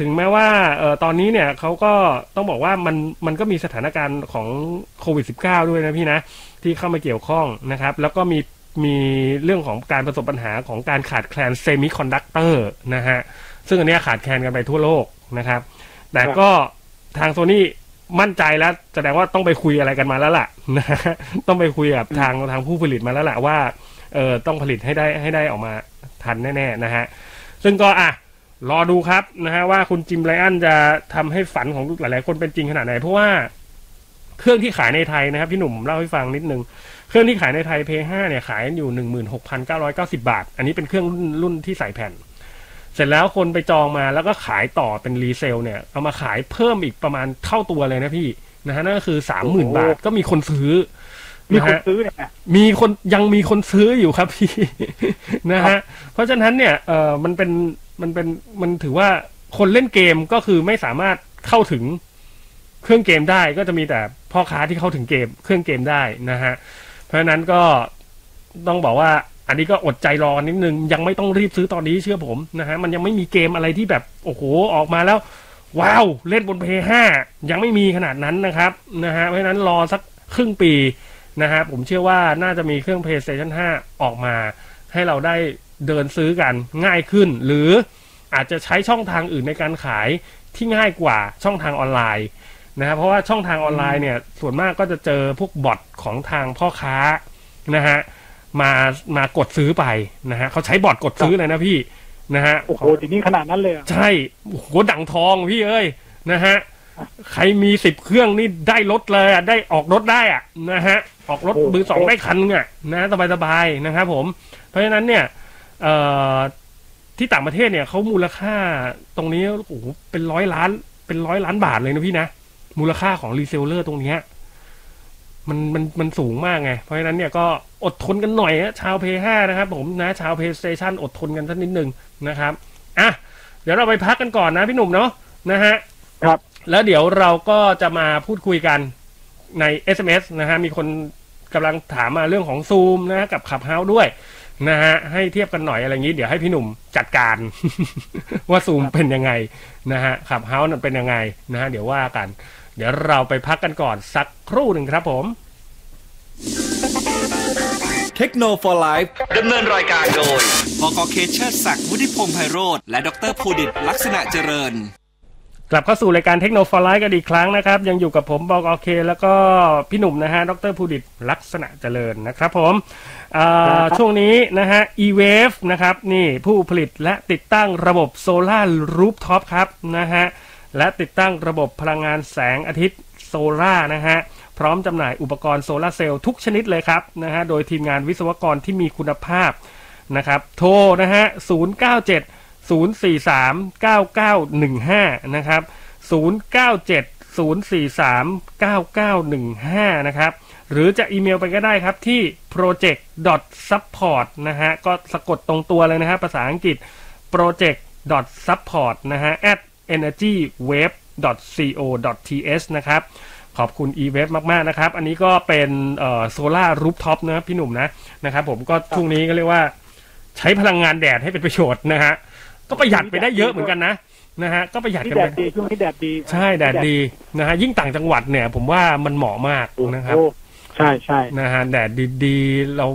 Speaker 4: ถึงแม้ว่าเอ่อตอนนี้เนี่ยเขาก็ต้องบอกว่ามันมันก็มีสถานการณ์ของโควิด -19 ด้วยนะพี่นะ ที่เข้ามาเกี่ยวข้องนะครับ แล้วก็มีมีเรื่องของการประสบปัญหาของการขาดแคลนเซมิคอนดักเตอร์นะฮะ ซึ่งอันเนี้ยขาดแคลนกันไปทั่วโลกนะครับ แต่ก็ทางโซนี่มั่นใจแล้วแสดงว่าต้องไปคุยอะไรกันมาแล้วล่ะ นะฮะต้องไปคุยกับทางทางผู้ผลิตมาแล้วล่ะว่าเออต้องผลิตให้ได้ให้ได้ออกมาทันแน่ๆนะฮะ ซึ่งก็อ่ะ รอดูครับนะฮะว่าคุณจิมไลอันจะทำให้ฝันของหลายๆคนเป็นจริงขนาดไหน เพราะว่าเครื่องที่ขายในไทยนะครับ พี่หนุ่มเล่าให้ฟังนิดนึง เครื่องที่ขายในไทย p 5เนี่ยขายอยู่ 16,990 บาท อันนี้เป็นเครื่องรุ่นรุ่นที่ใส่แผ่น เสร็จแล้วคนไปจองมาแล้วก็ขายต่อเป็นรีเซลเนี่ย เอามาขายเพิ่มอีกประมาณเท่าตัวเลยนะพี่นะฮะนั่นก็คือสามหมื่นบาทก็มีคนซื้อ
Speaker 5: มี
Speaker 4: ะ
Speaker 5: คน
Speaker 4: ฮะ
Speaker 5: ซื้อเนี่ย
Speaker 4: มีคนยังมีคนซื้ออยู่ครับ พี่ นะ
Speaker 5: ครั
Speaker 4: ฮะ
Speaker 5: บ
Speaker 4: เพราะฉะนั้นเนี่ยเออมันเป็นมันเป็นมันถือว่าคนเล่นเกมก็คือไม่สามารถเข้าถึงเครื่องเกมได้ก็จะมีแต่พ่อค้าที่เข้าถึงเกมเครื่องเกมได้นะฮะเพราะฉะนั้นก็ต้องบอกว่า อันนี้ก็อดใจรอนิดนึง ยังไม่ต้องรีบซื้อตอนนี้เชื่อผมนะฮะมันยังไม่มีเกมอะไรที่แบบโอ้โหออกมาแล้ว ว้าว เล่นบนเพย์ห้ายังไม่มีขนาดนั้นนะครับนะฮะเพราะฉะนั้นรอสักครึ่งปี นะฮะผมเชื่อว่าน่าจะมีเครื่อง PlayStation 5 ออกมา ให้เราได้เดินซื้อกันง่ายขึ้น หรืออาจจะใช้ช่องทางอื่นในการขายที่ง่ายกว่าช่องทางออนไลน์นะฮะเพราะว่าช่องทางออนไลน์เนี่ยส่วนมากก็จะเจอพวกบอทของทางพ่อค้านะฮะมามากดซื้อไปนะฮะเขาใช้บอทกดซื้อเลยนะพี่นะฮะ
Speaker 5: โอ้โหทีนี้ขนาดนั้นเลยอะ
Speaker 4: ใช่โอ้โหดังทองพี่เอ้ยนะฮะ ใครมีสิบเครื่องนี่ได้รถเลยอะได้ออกรถได้อะนะฮะ ออกรถมือสองได้คันนึงอะนะสบายสบายๆนะครับผม เพราะฉะนั้นเนี่ยเอ่อที่ต่างประเทศเนี่ยเขามูลค่าตรงนี้โอ้โหเป็นร้อยล้าน เป็นร้อยล้านบาทเลยนะพี่นะ มูลค่าของรีเซลเลอร์ตรงเนี้ยมันมันมันสูงมากไง เพราะฉะนั้นเนี่ยก็อดทนกันหน่อยนะชาวเพย์ห้านะครับผมนะ ชาวเพย์สเตชันอดทนกันสักนิดนึงนะครับอ่ะ เดี๋ยวเราไปพักกันก่อนนะพี่หนุ่มเนาะนะฮะ
Speaker 5: ครับ
Speaker 4: แล้วเดี๋ยวเราก็จะมาพูดคุยกันใน SMS นะฮะ มีคนกำลังถามมาเรื่องของซูมนะฮะกับขับเฮาด้วยนะฮะ ให้เทียบกันหน่อยอะไรอย่างนี้ เดี๋ยวให้พี่หนุ่มจัดการ ว่าซูมเป็นยังไงนะฮะขับเฮาเป็นยังไงนะฮะ เดี๋ยวว่ากัน เดี๋ยวเราไปพักกันก่อนสักครู่หนึ่งครับผม
Speaker 3: เทคโนโลยีไลฟ์
Speaker 1: ดำเนินรายการโดย
Speaker 3: บกเคเชอร์ศักดิ์วุฒิพงษ์ไพโรธและดรภูดิตลักษณะเจริญ
Speaker 4: กลับเข้าสู่รายการเทคโนโลยีกันอีกครั้งนะครับ ยังอยู่กับผมบอกโอเค แล้วก็พี่หนุ่มนะฮะ ดรภูดิตลักษณะเจริญนะครับผมเอ่อ
Speaker 5: ครับ
Speaker 4: ช่วงนี้นะฮะ e-wave นะครับ นี่ผู้ผลิตและติดตั้งระบบโซลาร์รูฟท็อปครับนะฮะ และติดตั้งระบบพลังงานแสงอาทิตย์โซลาร์นะฮะ พร้อมจำหน่ายอุปกรณ์โซลาร์เซลล์ทุกชนิดเลยครับนะฮะ โดยทีมงานวิศวกรที่มีคุณภาพ นะครับ โทรนะฮะ 097 043 9915 นะครับ 097 043 9915 นะครับ หรือจะอีเมลไปก็ได้ครับที่ project support นะฮะ ก็สะกดตรงตัวเลยนะฮะ ภาษาอังกฤษ project support นะฮะ at energywave co th นะครับ ขอบคุณ e-wave มาก ๆ นะครับ อันนี้ก็เป็นโซล่ารูฟท็อปนะครับพี่หนุ่มนะนะครับผมก็ช่วงนี้ก็เรียกว่า ใช้พลังงานแดดให้เป็นประโยชน์นะฮะ ก็ประหยัดไปได้เยอะเหมือนกันนะนะฮะ ก็ประหยัด
Speaker 5: ที่
Speaker 4: กัน
Speaker 5: แด
Speaker 4: ไป
Speaker 5: ดดีช่วงนี้แดดดี
Speaker 4: ใช่แดดดีนะฮะ ยิ่งต่างจังหวัดเนี่ย ผมว่ามันเหมาะมาก
Speaker 5: โอ้
Speaker 4: นะครับ
Speaker 5: โหใช่ใช่
Speaker 4: นะฮะแดดดีๆ เรา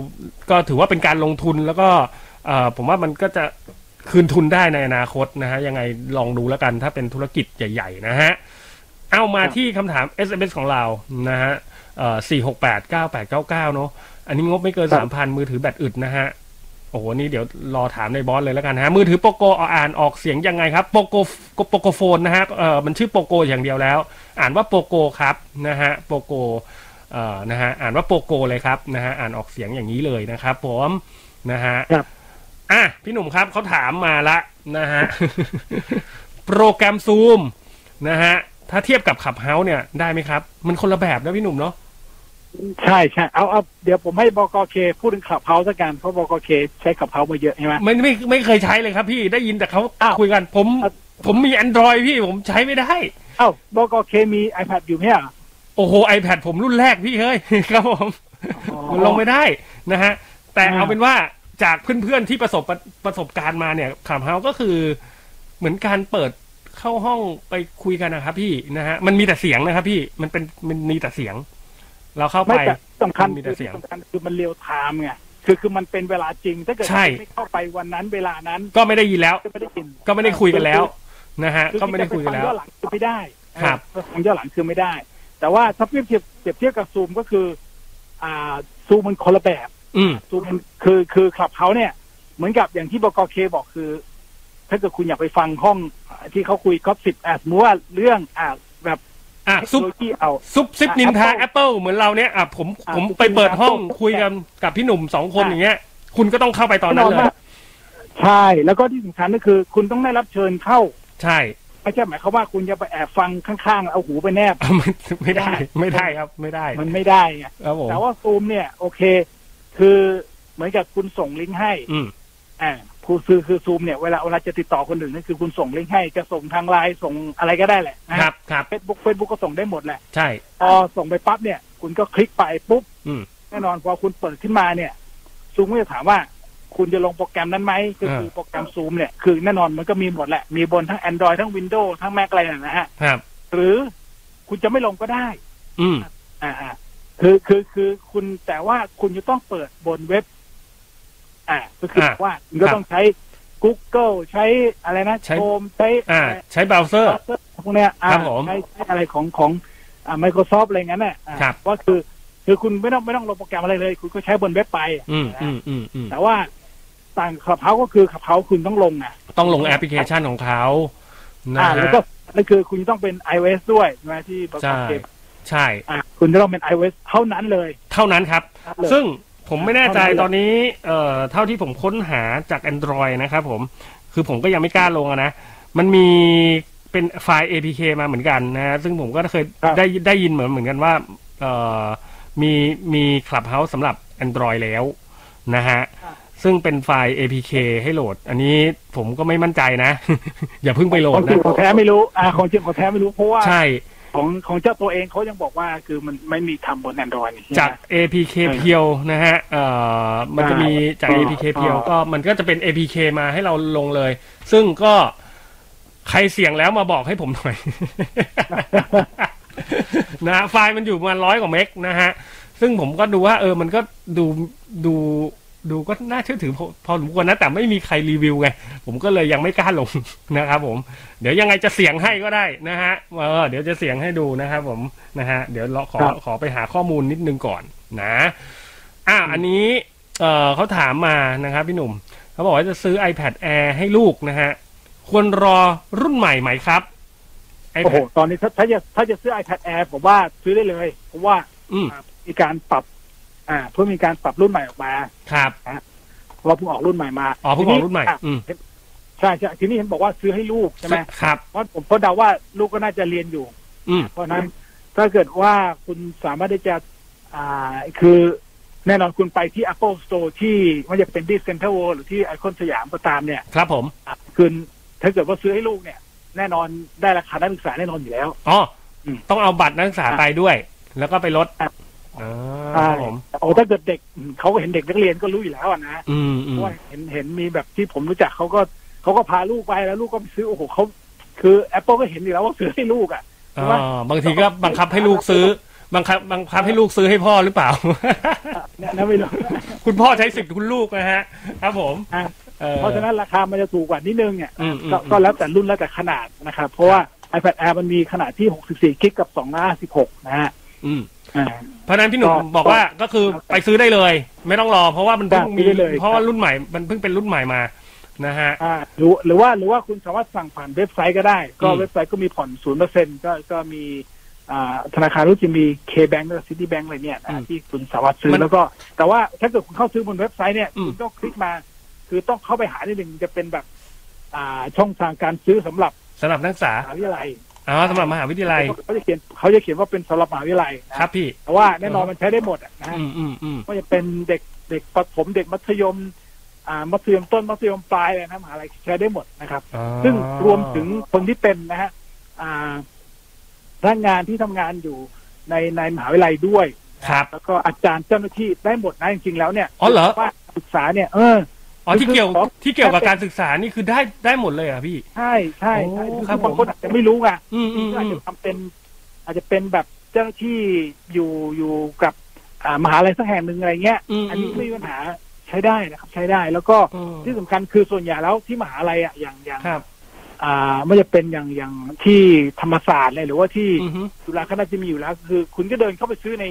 Speaker 4: ก็ถือว่าเป็นการลงทุนแล้วก็เอ่อผมว่ามันก็จะคืนทุนได้ในอนาคตนะฮะ ยังไงลองดูแล้วกันถ้าเป็นธุรกิจใหญ่ ๆ นะฮะ เอามาที่คำถาม SMS ของเรานะฮะสี่หกแปดเก้าแปดเก้าเก้าเนาะอันนี้งบไม่เกิน
Speaker 5: ครั
Speaker 4: สาม
Speaker 5: บ
Speaker 4: พันมือถือแบตอึดนะฮะ โอ้โห นี่เดี๋ยวรอถามในบอสเลยแล้วกันฮะ มือถือโปโกอ่านออกเสียงยังไงครับโปโกโปโกโฟนนะครับเออมันชื่อโปโกอย่างเดียวแล้ว อ่านว่าโปโกครับนะฮะโปโกเอ่อนะฮะอ่านว่าโปโกเลยครับนะฮะอ่านออกเสียงอย่างนี้เลยนะครับผมนะฮะ
Speaker 5: ครับ
Speaker 4: อ่ะพี่หนุ่มครับเขาถามมาละนะฮะ โปรแกรมซูมนะฮะถ้าเทียบกับขับเฮาเนี่ยได้ไหมครับ มันคนละแบบนะพี่หนุ่มเนาะ
Speaker 5: ใช่ใช่เอาเอาเดี๋ยวผมให้บกเคพูดถึงขับเฮาส์ละกันเพราะบกเคใช้ขับเฮาส์มาเยอะใช่ไหม
Speaker 4: ไม่ไม่ไม่เคยใช้เลยครับพี่ได้ยินแต่เขา
Speaker 5: อ้าว
Speaker 4: คุยกัน ผม
Speaker 5: อ่ะ
Speaker 4: ผมมี Android พี่ผมใช้ไม่ได้
Speaker 5: เอ้าบกเคมี iPad อยู่ไหมอ่ะ
Speaker 4: โอ้โห iPad ผมรุ่นแรกพี่เฮ้ย ครับผม
Speaker 5: อ๋อ
Speaker 4: มันลงไม่ได้นะฮะ แต่
Speaker 5: อ่า
Speaker 4: เอาเป็นว่าจากเพื่อนๆที่ประสบประประสบการณ์มาเนี่ยขามเฮาก็คือ เหมือนการเปิดเข้าห้องไปคุยกันนะครับ พี่นะฮะมันมีแต่เสียงนะครับ พี่มันเป็นมันมีแต่เสียง เราเข้าไป
Speaker 5: ไม่แต่สำคัญ
Speaker 4: มันมี
Speaker 5: คื
Speaker 4: แต่
Speaker 5: อ
Speaker 4: เสียง
Speaker 5: สำคัญคือมันเรียวไทม์ไงคือคือมันเป็นเวลาจริง ถ้าเกิด
Speaker 4: ใช่
Speaker 5: ไม่เข้าไปวันนั้นเวลานั้น
Speaker 4: ก็ไม่ได้ยินแล้ว
Speaker 5: ก็ไม่ได้กิน
Speaker 4: ก็ไม่ได้คุยกันแล้วนะฮะ ก็ไม่ได้คุยกันแล้ว
Speaker 5: อหลังคือไม่ได้
Speaker 4: ครับ
Speaker 5: ฟังย้อนหลังคือไม่ได้ แต่ว่าถ้าเปรียบเทียบเปรียบเทียบกับซูมก็คือ อ่าซูมมันคนละแบบ
Speaker 4: อืม
Speaker 5: ซูมมันคือคือคลับเขาเนี่ย เหมือนกับอย่างที่บกเคบอกคือ ถ้าเกิดคุณอยากไปฟังห้องที่เขาคุยครอบสิบอ่ะสมมติว่าเรื่องอ่ะแบบ
Speaker 4: อ่ะ
Speaker 5: เทค
Speaker 4: ซุป
Speaker 5: โนโลยีเอา
Speaker 4: ซุปซิป
Speaker 5: อ่ะ
Speaker 4: นินทา
Speaker 5: Apple
Speaker 4: แอปเปิลเหมือนเราเนี่ยอ่ะผม
Speaker 5: อ่ะ
Speaker 4: ผม
Speaker 5: Apple
Speaker 4: ไปเปิดห้อง
Speaker 5: Apple
Speaker 4: คุยกันกับพี่หนุ่มสองคน
Speaker 5: อ่ะ
Speaker 4: อย่างเงี้ย คุณก็ต้องเข้าไปตอน
Speaker 5: แน่
Speaker 4: นั้น
Speaker 5: อน
Speaker 4: เล
Speaker 5: ว่าย ใช่ แล้วก็ที่สำคัญก็คือ คุณต้องได้รับเชิญเข้า
Speaker 4: ใช่
Speaker 5: ไม่ใช่หมายความว่าคุณจะไปแอบฟังข้างๆแล้วเอาหูไปแนบ
Speaker 4: อ่ะมันไม่ได้ไม่ได้ครับไม่ได้
Speaker 5: มันไม่ได้ไง
Speaker 4: ครับผม
Speaker 5: แต่ว่าซูมเนี่ย โอเค คือเหมือนกับคุณส่งลิงก์ให้
Speaker 4: อืม
Speaker 5: อ่าคือคือคือซูมเนี่ยเวลาเวลาจะติดต่อคนอื่นนั่นคือคุณส่งลิงก์ให้จะส่งทางไลน์ส่งอะไรก็ได้แหละนะครับ
Speaker 4: ครับ
Speaker 5: เฟซบุ๊กเฟซบุ๊กก็ส่งได้หมดแหละ
Speaker 4: ใช่
Speaker 5: พอส่งไปปั๊บเนี่ย คุณก็คลิกไปปุ๊บ
Speaker 4: อืม
Speaker 5: แน่นอนพอคุณเปิดขึ้นมาเนี่ย ซูมก็จะถามว่า คุณจะลงโปรแกรมนั้นไหมก็คือโปรแกรมซูมเนี่ยคือแน่นอนมันก็มีหมดแหละ มีบนทั้ง Android ทั้ง Windows ทั้ง Mac อะไรน่ะนะฮะ
Speaker 4: ครับ
Speaker 5: หรือคุณจะไม่ลงก็ได้
Speaker 4: อืม
Speaker 5: อ่าอ่าคือคือคือคุณแต่ว่าคุณจะต้องเปิดบนเว็บ อ่าก็คืออาว่าคุณก็ต้องใช้ Google ใช้อะไรนะ
Speaker 4: ใช้
Speaker 5: โคมใช้
Speaker 4: อ่า
Speaker 5: ะไร
Speaker 4: ใช้เบราว์เซอร์
Speaker 5: พวกเนี้ยอ่า
Speaker 4: ครับผม
Speaker 5: ใช้ใช้อะไรของของอ่า Microsoft อะไรงั้นน่ะอ่า
Speaker 4: ครับ
Speaker 5: ว่าคือ คือคุณไม่ต้องไม่ต้องลงโปรแกรมอะไรเลย คุณก็ใช้บนเว็บไป
Speaker 4: อืมอืมอืมอืม
Speaker 5: แต่ว่าต่างขับเฮาก็คือขับเฮาคุณต้องลงอ่ะ
Speaker 4: ต้องลงแอปพลิเคชันของเขานะ
Speaker 5: อ่า แล้ว
Speaker 4: ฮะ
Speaker 5: ก็นั่นคือคุณต้องเป็น iOS ด้วยใช่ไหมที่ประกอบ
Speaker 4: ใช่
Speaker 5: เก็บ
Speaker 4: ใช่
Speaker 5: อ่าคุณจะต้องเป็น iOS เท่านั้นเลย
Speaker 4: เท่านั้นครับ
Speaker 5: เลย
Speaker 4: ซึ่งผมไม่แน่ใจ
Speaker 5: เท่า
Speaker 4: ตอน
Speaker 5: นั้นแหละ
Speaker 4: นี้ เอ่อ เท่าที่ผมค้นหาจาก Android นะครับผม คือผมก็ยังไม่กล้าลงอะนะ มันมีเป็นไฟล์ APK มาเหมือนกันนะ ซึ่งผมก็เคยได้ได้ยินเหมือนเหมือนกันว่า เอ่อ มีมี Clubhouse สำหรับ Android แล้วนะฮะ ซึ่งเป็นไฟล์ APK ให้โหลด อันนี้ผมก็ไม่มั่นใจนะ อย่าเพิ่งไปโหล
Speaker 5: ขอ
Speaker 4: ด
Speaker 5: งจริ
Speaker 4: นะ
Speaker 5: งของแท้ไม่รู้อ่าของจริงของแท้ไม่รู้เพราะว่า
Speaker 4: ใช่
Speaker 5: ของของเจ้าตัวเองเขายังบอกว่าคือมันไม่มีทำบน Android นี่ใช่ไหม
Speaker 4: จาก APK เพียวนะฮะ เอ่อ มันจะมีจาก
Speaker 5: อ่า
Speaker 4: APK เพียวก็มันก็จะเป็น APK มาให้เราลงเลย ซึ่งก็ใครเสี่ยงแล้วมาบอกให้ผมหน่อย นะฮะไฟล์มันอยู่ประมาณร้อยกว่าเมกนะฮะ ซึ่งผมก็ดูว่า เออ มันก็ดูดูดูก็น่าเชื่อถือพอพอสมควรนะ แต่ไม่มีใครรีวิวไง ผมก็เลยยังไม่กล้าลง นะครับผม เดี๋ยวยังไงจะเสียงให้ก็ได้นะฮะ เออ เดี๋ยวจะเสียงให้ดูนะครับผมนะฮะ เดี๋ยวเราขอ
Speaker 5: ครับ
Speaker 4: ขอไปหาข้อมูลนิดนึงก่อนนะ อ่ะอันนี้ เออเขาถามมานะครับพี่หนุ่ม เขาบอกว่าจะซื้อ iPad Air ให้ลูกนะฮะ ควรรอรุ่นใหม่ไหมครับ
Speaker 5: โอ้โห
Speaker 4: iPad
Speaker 5: ตอนนี้ถ้าถ้าจะถ้าจะซื้อ iPad Air ผมว่าซื้อได้เลยเพราะว่า
Speaker 4: อืม
Speaker 5: มีการปรับ อ่า เพื่อมีการปรับรุ่นใหม่ออกมา
Speaker 4: ครับ
Speaker 5: เพราะว่าเพิ่งออกรุ่นใหม่มา
Speaker 4: อ๋อเพิ่งออกรุ่นใหม่
Speaker 5: ที
Speaker 4: อืม
Speaker 5: ใช่ใช่ทีนี้เห็นบอกว่าซื้อให้ลูกใช่ไหม
Speaker 4: ครับ
Speaker 5: เพราะผมก็เดาว่าลูกก็น่าจะเรียนอยู่
Speaker 4: อืม
Speaker 5: เพราะฉะนั้นถ้าเกิดว่าคุณสามารถที่จะ อ่า คือแน่นอนคุณไปที่ Apple Store ที่ไม่ว่าจะเป็นที่ Central World หรือที่ไอคอนสยามก็ตามเนี่ย
Speaker 4: ครับผม
Speaker 5: อ่ะคือถ้าเกิดว่าซื้อให้ลูกเนี่ย แน่นอนได้ราคานักศึกษาแน่นอนอยู่แล้ว
Speaker 4: อ๋ออ
Speaker 5: ม
Speaker 4: ต้องเอาบัตรนักศึกษาไปด้วย แล้วก็ไปลด
Speaker 5: ครับ
Speaker 4: อ่าครับผม
Speaker 5: โอ้ถ้าเกิดเด็กอืมเขาก็เห็นเด็กนักเรียนก็รู้อยู่แล้วอะนะ
Speaker 4: อืมอื
Speaker 5: เพ
Speaker 4: ม
Speaker 5: ราะว่าเห็นเห็นมีแบบที่ผมรู้จักเขาก็เขาก็พาลูกไปแล้วลูกก็ไปซื้อโอ้โหเขาคือ Apple ก็เห็นอยู่แล้วว่าซื้อให้ลูกอ่ะ เพ
Speaker 4: อ๋
Speaker 5: ราะว่า
Speaker 4: อบางทีก็บังคับให้ลูกซื้อ บังคับ บังคับให้ลูกซื้อให้พ่อหรือเปล่า
Speaker 5: เนี่ยนะไม่รู้
Speaker 4: คุณพ่อใช้สิทธิ์คุณลูกนะฮะ ครับผม
Speaker 5: อ่ะ
Speaker 4: ออ
Speaker 5: เพราะฉะนั้นราคามันจะถูกกว่านิดนึงเนี่ย
Speaker 4: อืมอืม
Speaker 5: ก็
Speaker 4: อืม
Speaker 5: ก็แล้วแต่รุ่นแล้วแต่ขนาดนะครับ เพราะว่า iPad Air มันมีขนาดที่ 64กิกกับ256นะฮะ
Speaker 4: อืม
Speaker 5: อ่า
Speaker 4: เพราะฉะนั้นพี่หนุ่ม
Speaker 5: ก็
Speaker 4: บอกว่าก็คือไปซื้อได้เลย ไม่ต้องรอ เพราะว่ามันเพิ่ง
Speaker 5: ได้
Speaker 4: มี
Speaker 5: ได้เลย
Speaker 4: เพราะว่ารุ่นใหม่ มันเพิ่งเป็นรุ่นใหม่มา นะฮะ
Speaker 5: อ่าหรือหรือว่าหรือว่าคุณสามารถสั่งผ่านเว็บไซต์ก็ได้ ก็
Speaker 4: อืม
Speaker 5: เว็บไซต์ก็มีผ่อนศูนย์เปอร์เซ็นก็ก็มีอ่าธนาคารรู้จะมี K-Bank และ Citibank อะไรเนี่ยนะที่คุณสามารถซื้
Speaker 4: มั
Speaker 5: อน แล้วก็ แต่ว่าถ้าเกิดคุณเข้าซื้อบนเว็บไซต์เนี่ย
Speaker 4: อืม
Speaker 5: คุณต้องคลิกมา คือต้องเข้าไปหาในหนึ่งจะเป็นแบบ อ่าช่องทางการซื้อสำหรับ
Speaker 4: สำหรับนักศึกษาม
Speaker 5: หาวิทยาลัย
Speaker 4: อ๋อสำหรับมหาวิทยาลัย
Speaker 5: เขาจะเขียนเขาจะเขียนว่าเป็นสำหรับมหาวิทยาลัยนะครับ
Speaker 4: พี่
Speaker 5: แต่ว่าแน่นอนมันใช้ได้หมดอะนะฮะ
Speaker 4: อืมอืมอืม
Speaker 5: ก็จะเป็นเด็กเด็กประถมเด็กมัธยม อ่ามัธยมต้นมัธยมปลายเลยนะมหาลัยใช้ได้หมดนะครับ
Speaker 4: อ๋อ
Speaker 5: ซึ่งรวมถึงคนที่เป็นนะฮะอ่าพนักงานที่ทำงานอยู่ในในมหาวิทยาลัยด้วย
Speaker 4: ครับ
Speaker 5: แล้วก็อาจารย์เจ้าหน้าที่ได้หมดนะจริงๆแล้วเนี่ย
Speaker 4: อ๋อเหรอ
Speaker 5: ว่าศึกษาเนี่ยเออ
Speaker 4: อ๋อที่เกี่ยว
Speaker 5: คือขอ
Speaker 4: ที่เกี่ยวกับการศึกษานี่คือได้ได้หมดเลยเหรอ่ะพี่
Speaker 5: ใช่ใช่ใช่
Speaker 4: โอ้
Speaker 5: คือ
Speaker 4: ครับ
Speaker 5: บางคน
Speaker 4: ผม
Speaker 5: อาจจะไม่รู้ไง
Speaker 4: อืมอืม
Speaker 5: อาจ
Speaker 4: อืม
Speaker 5: จะทำเป็น อาจจะเป็นแบบเจ้าหน้าที่อยู่อยู่กับอ่ามหาลัยสักแห่งหนึ่งอะไรเงี้ย
Speaker 4: อืม
Speaker 5: อันนี้ไม่มีปัญหาใช้ได้นะครับ ใช้ได้แล้วก็
Speaker 4: อืม
Speaker 5: ที่สำคัญคือส่วนใหญ่แล้วที่มหาลัยอ่ะอย่างอย่าง
Speaker 4: ครับ
Speaker 5: อ่าไม่จะเป็นอย่างอย่างที่ธรรมศาสตร์เลยหรือว่าที่
Speaker 4: อือฮึ
Speaker 5: จุฬาเขาน่าจะมีอยู่แล้ว คือคุณก็เดินเข้าไปซื้อใน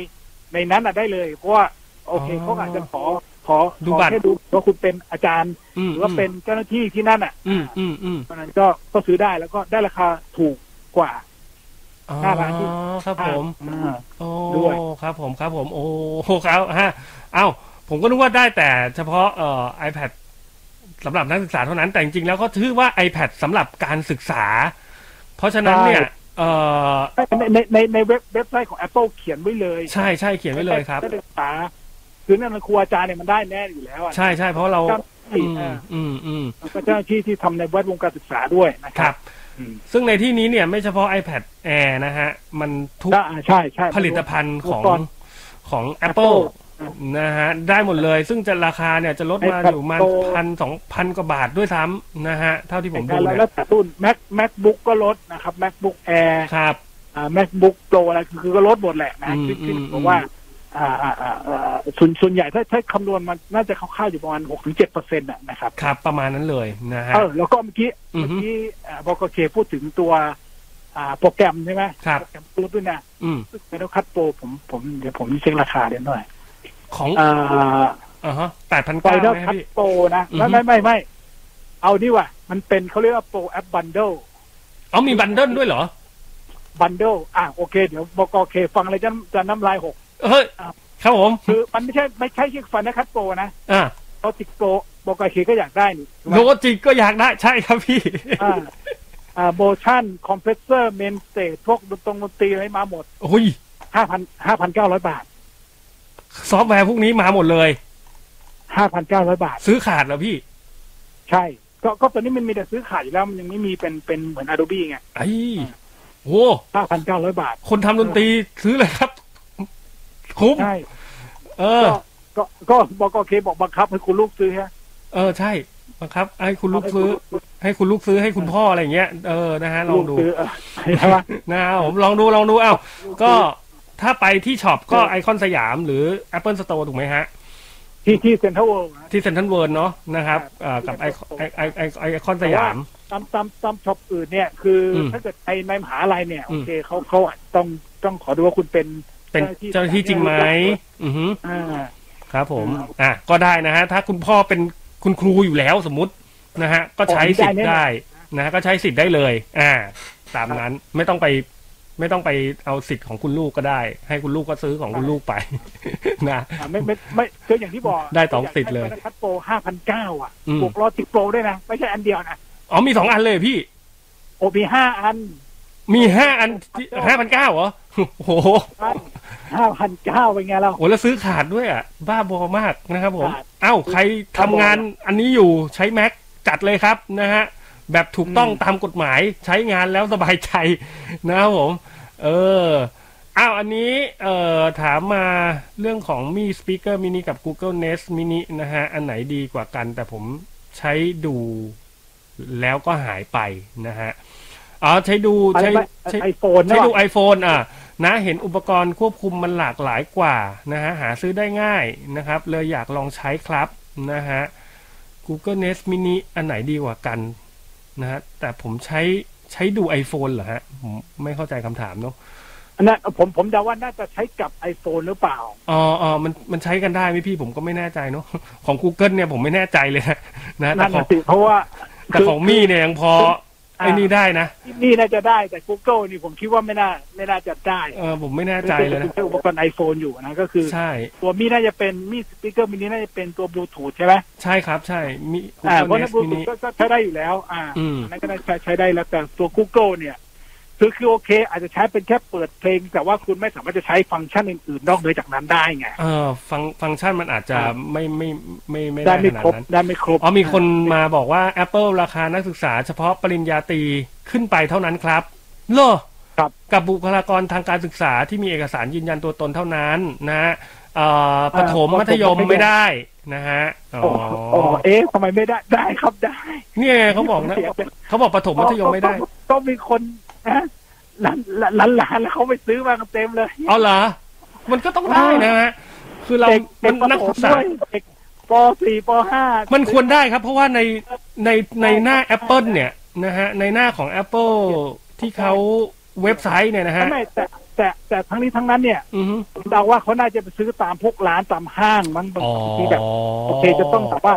Speaker 5: ในนั้นน่ะได้เลย เพราะว่าโอเค
Speaker 4: อ๋อ
Speaker 5: เขาอาจจะขอขอ
Speaker 4: ดู
Speaker 5: ขอ
Speaker 4: บัตร
Speaker 5: แค่ดูว่าคุณเป็นอาจารย์
Speaker 4: อืม
Speaker 5: หรือว่าเป็นเจ้าหน้าที่ที่นั่นอ่ะ
Speaker 4: อืมอืมอืม
Speaker 5: เพราะฉะนั้นก็ก็ซื้อได้แล้วก็ได้ราคาถูกกว่า
Speaker 4: อ๋อ
Speaker 5: หน้าร้านที่
Speaker 4: ครับผม
Speaker 5: อ่า
Speaker 4: โอ้
Speaker 5: ด้วย
Speaker 4: ครับผมครับผมโอ้ครับฮะเอ้าผมก็นึกว่าได้แต่เฉพาะเอ่อ iPad สำหรับนักศึกษาเท่านั้นแต่จริงๆแล้วก็ถือว่า iPad สำหรับการศึกษา เพราะฉะนั้นเนี่ยเอ่อ
Speaker 5: ในในในในเว็บเว็บไซต์ของ Apple เขียนไว้เลย
Speaker 4: ใช่ใช่เขียนไว้เลยครับ
Speaker 5: ได้ศึกษาคือนั่นมันครูอาจารย์เนี่ยมันได้แน่อยู่แล้วอ่ะ
Speaker 4: ใช่ใช่เพราะเรา
Speaker 5: เจ้าหน้า
Speaker 4: อื
Speaker 5: ที่
Speaker 4: ม
Speaker 5: อ่า
Speaker 4: อืมอืม
Speaker 5: แล้วก็เจ้าหน้าที่ที่ทำในแวดวงการศึกษาด้วยนะค
Speaker 4: ค
Speaker 5: รั
Speaker 4: รั
Speaker 5: บบ อืม
Speaker 4: ซึ่งในที่นี้เนี่ยไม่เฉพาะ iPad Air นะฮะ มันทุก
Speaker 5: ก็อ่าใช่ใช่
Speaker 4: ผลิตภัณฑ์ของ
Speaker 5: อุปกรณ์
Speaker 4: ของ Apple
Speaker 5: Apple
Speaker 4: นะฮะ ได้หมดเลย ซึ่งจะราคาเนี่ยจะลดมา
Speaker 5: iPad
Speaker 4: อยู่ประมาณ
Speaker 5: Pro
Speaker 4: พันสองพันกว่าบาทด้วยซ้ำนะฮะ เท่าที่ผมดู
Speaker 5: แล้ว
Speaker 4: เนี่
Speaker 5: แล้
Speaker 4: ยว
Speaker 5: แต่รุ่น Mac MacBook ก็ลดนะครับ MacBook Air
Speaker 4: ครับ
Speaker 5: อ่า MacBook Pro อะไรคือคือก็ลดหมดแหละนะ
Speaker 4: อืม
Speaker 5: ขึ้นขึ้น
Speaker 4: อืม
Speaker 5: เพราะว่าอ่าอ่าอ่าอ่าส่วนส่วนใหญ่ถ้าถ้าคำนวณมันน่าจะคร่าวๆอยู่ประมาณหกถึงเจ็ดเปอร์เซ็นต์นะครับ
Speaker 4: ครับประมาณนั้นเลยนะฮะ
Speaker 5: เออแล้วก็เมื่อกี้
Speaker 4: อือ
Speaker 5: เมื่อ
Speaker 4: ฮึ
Speaker 5: กี้อ่าบกเคพูดถึงตัว อ่าโปรแกรมใช่ไหม
Speaker 4: ครับ
Speaker 5: โปรแกรมรูดด้วยนะ
Speaker 4: อืม
Speaker 5: เป็นต้องคัดโปรผมผมเดี๋ยวผมเช็คราคาเดี๋ยวหน่อย
Speaker 4: ของ
Speaker 5: อ่า
Speaker 4: อ่าฮะแปดพัน
Speaker 5: ไฟ
Speaker 4: เก้า
Speaker 5: แล้ว
Speaker 4: ไหมฮะ
Speaker 5: คัด
Speaker 4: พี่
Speaker 5: โปรนะ
Speaker 4: อือฮึ
Speaker 5: ไม่ไม่ไม่ไม่เอานี่ว่ะมันเป็นเขาเรียกว่าโปรแอปบันเดิล
Speaker 4: อ๋อมีบันเดิลด้วยเหรอ
Speaker 5: บันเดิลอ่ะโอเค เดี๋ยวบกเคฟังเลยจะจะน้ำลายหก
Speaker 4: เฮ้ย
Speaker 5: ครับ
Speaker 4: ครับผม
Speaker 5: คือมันไม่ใช่ไม่ใช่ชื่อฟันนะครับโปรนะ
Speaker 4: อ่า
Speaker 5: เพราะติดโปรบกเคก็อยากได้นี่ถูกไหม
Speaker 4: โลจิกก็อยากได้ใช่ครับพี่
Speaker 5: อ่าอ่าโมชั่นคอมเพรสเซอร์เมนสเตทพวกดนตรงดนตรีอะไรมาหมด
Speaker 4: โอ้ย
Speaker 5: ห้าพันห้าพันเก้าร้อยบาท
Speaker 4: ซอฟต์แวร์พวกนี้มาหมดเลย
Speaker 5: ห้าพันเก้าร้อยบาท
Speaker 4: ซื้อขาดเหรอพี่
Speaker 5: ใช่ ก็ก็ตอนนี้มันมีแต่ซื้อขายอยู่แล้วมันยังไม่มีเป็นเป็นเหมือน Adobe ไง
Speaker 4: ไอ้โอ้
Speaker 5: ห้าพันเก้าร้อยบาท
Speaker 4: คนทำดนตรีซื้อเลยครับ คุ้ม
Speaker 5: ใช่
Speaker 4: เออ
Speaker 5: ก็ก็บกเคบอกบังคับให้คุณลูกซื้อฮะ
Speaker 4: เออใช่บังคับ ให้คุณลูกซื้อ ให้คุณลูกซื้อให้คุณพ่ออะไรอย่างเงี้ยเออนะฮะลอ
Speaker 5: ลู
Speaker 4: ง
Speaker 5: ก
Speaker 4: ดู
Speaker 5: ซื้อเออ ใช่ไหม
Speaker 4: นะฮะผมลองดูลองดูเอ้าก็ถ้าไปที่ช็อปก็
Speaker 5: ครับ
Speaker 4: ไอคอนสยามหรือ Apple Store ถูกไหมฮะ
Speaker 5: ที่ที่เซ็นทรัลเวิลด์นะ
Speaker 4: ที่เซ็นทรัลเวิร์เนาะนะครับเอ่อกับไอไอไอไอคอนสยาม
Speaker 5: ตามตามตามช็อปอื่นเนี่ยคืออ
Speaker 4: ม
Speaker 5: ถ้าเกิดไปในมหาลัยเนี่ย
Speaker 4: อืม
Speaker 5: โอเคเขาเขาต้องต้องขอดูว่าคุณเป็น
Speaker 4: เป็นเจ้าหน้าที่จริงไหมอือฮึ
Speaker 5: อ่า
Speaker 4: ครับผม อ่ะก็ได้นะฮะ ถ้าคุณพ่อเป็นคุณครูอยู่แล้วสมมตินะฮะ ก็ใช้สิทธิ์ได้นะฮะก็ใช้สิทธิ์ได้เลย อ่า ตามนั้นไม่ต้องไป ไม่ต้องไปเอาสิทธิ์ของคุณลูกก็ได้ ให้คุณลูกก็ซื้อของคุณลูกไป นะ
Speaker 5: อ่าไม่ไม่ไม่คืออย่างที่บอก
Speaker 4: ได้สองสิทธิ์เลย
Speaker 5: ยากได้ไปนะครับโปรห้าพันเก้าอ่ะ
Speaker 4: อืม
Speaker 5: บวกรอติดโปรด้วยนะ ไม่ใช่อันเดียวนะ
Speaker 4: อ๋อมีสองอันเลยพี่
Speaker 5: โอมีห้าอัน
Speaker 4: มีห้าอันห้าพันเก้าเหรอ โอ้โห
Speaker 5: ห้าพันเก้าเป็นไงเรา
Speaker 4: โอ้แล้วซื้อขาดด้วยอ่ะ บ้าบอมากนะครับผม
Speaker 5: ขาด
Speaker 4: เอ้า ใครทำงานอันนี้อยู่ใช้แม็กจัดเลยครับนะฮะ แบบถูกต้อง
Speaker 5: อืม
Speaker 4: ตามกฎหมายใช้งานแล้วสบายใจ นะครับผม เออ อ้าวอันนี้เอ่อถามมาเรื่องของมีสปีกเกอร์มินิกับ Google Nest Mini นะฮะ อันไหนดีกว่ากัน แต่ผมใช้ดูแล้วก็หายไปนะฮะอ๋อใช้ดู
Speaker 5: อะไร
Speaker 4: ใช้
Speaker 5: ไป
Speaker 4: ใช้
Speaker 5: ไอโฟน
Speaker 4: ใช้
Speaker 5: เนาะ
Speaker 4: ดู iPhone อ่ะนะเห็นอุปกรณ์ควบคุมมันหลากหลายกว่านะฮะหาซื้อได้ง่ายนะครับ เลยอยากลองใช้ครับนะฮะ Google Nest Mini อันไหนดีกว่ากันนะฮะแต่ผมใช้ใช้ดู iPhone เหรอฮะ ผมไม่เข้าใจคำถามเนาะ
Speaker 5: อันนั้นผมผมเดาว่าน่าจะใช้กับไอโฟนหรือเปล่า
Speaker 4: อ๋ออ๋อมันมันใช้กันได้ไหมพี่ผมก็ไม่แน่ใจเนาะ ของ Google เนี่ยผมไม่แน่ใจเลยนะนะแต่
Speaker 5: นั่น
Speaker 4: ของ
Speaker 5: น่ะสิเพราะว่า
Speaker 4: แต่ของ
Speaker 5: คือ
Speaker 4: มี่เนี่ยยังพอ
Speaker 5: อ่า
Speaker 4: ไอ้นี่ได้นะ
Speaker 5: นี่น่าจะได้แต่ Google นี่ผมคิดว่าไม่น่าไม่น่าจะได้
Speaker 4: เออผมไม่แน่ใจเลยนะ
Speaker 5: ใช้อุปกรณ์ไอโฟนอยู่นะก็คือ
Speaker 4: ใช่
Speaker 5: ตัวมีน่าจะเป็นมีสปีกเกอร์มินิน่าจะเป็นตัวบลูทูธใช่ไหม
Speaker 4: ใช่ครับใช่มี
Speaker 5: อ่า
Speaker 4: Google
Speaker 5: เพราะนั้น
Speaker 4: Nest
Speaker 5: บลูทูธ
Speaker 4: Mini
Speaker 5: ก็ใช้ได้อยู่แล้ว อ่า
Speaker 4: อืม
Speaker 5: อันนั่นก็ได้ใช้ใช้ได้แล้วแต่ตัว Google เนี่ยคือคือโอเค อาจจะใช้เป็นแค่เปิดเพลง แต่ว่าคุณไม่สามารถจะใช้ฟังก์ชันอื่นๆ นอกเหนือจากนั้นได้ไง
Speaker 4: เออฟังฟังก์ชันมันอาจจะ
Speaker 5: ครับ
Speaker 4: ไม่ไม่ไม่ไม่
Speaker 5: ได้
Speaker 4: ได้ข
Speaker 5: ไม่
Speaker 4: นาด
Speaker 5: ครบ
Speaker 4: นั้น
Speaker 5: ได้ไม่ครบ
Speaker 4: อ๋อมีคนมาบอกว่า Apple ราคานักศึกษาเฉพาะปริญญาตรีขึ้นไปเท่านั้นครับเหรอ
Speaker 5: ครับ
Speaker 4: กับบุคลากรทางการศึกษาที่มีเอกสารยืนยันตัวตนเท่านั้นนะฮะเอ่อประถม
Speaker 5: อ่า
Speaker 4: มัธยม
Speaker 5: ประถมมัธยม
Speaker 4: ไม่ได้นะฮะอ๋อ
Speaker 5: โอ้โอ้เอ๊ะทำไมไม่ได้ได้ครับได้
Speaker 4: เนี่ยเขาบอกนะ
Speaker 5: สียใจ
Speaker 4: เขาบอกประถมมัธยมไม่ได้
Speaker 5: ต้องต้องมีคนนะหลานหลานหลานแล้วเขาไปซื้อมากันเต็มเลย
Speaker 4: เอาเหรอมันก็ต้องได้นะฮะคือเรา
Speaker 5: เด็ก
Speaker 4: มั
Speaker 5: เด็
Speaker 4: น
Speaker 5: กประ
Speaker 4: นัก
Speaker 5: ถ
Speaker 4: ศึ
Speaker 5: ม
Speaker 4: กษา
Speaker 5: ด้วยเด็กปสี่ปห้ามั
Speaker 4: มันควรได้ครับ เพราะว่าในในในหน้า Apple เนี่ยนะฮะในหน้าของ Apple ที่เขาเว็บไซต์เนี่ยนะฮะ
Speaker 5: ไม่แต่แต่แต่ทั้งนี้ทั้งนั้นเนี่ย
Speaker 4: อือฮึ
Speaker 5: ผมเดาว่าเขาน่าจะไปซื้อตามพวกร้านตามห้างมั้งบาง
Speaker 4: อ๋อ
Speaker 5: ทีแบบ โอเคจะต้องแบบว่า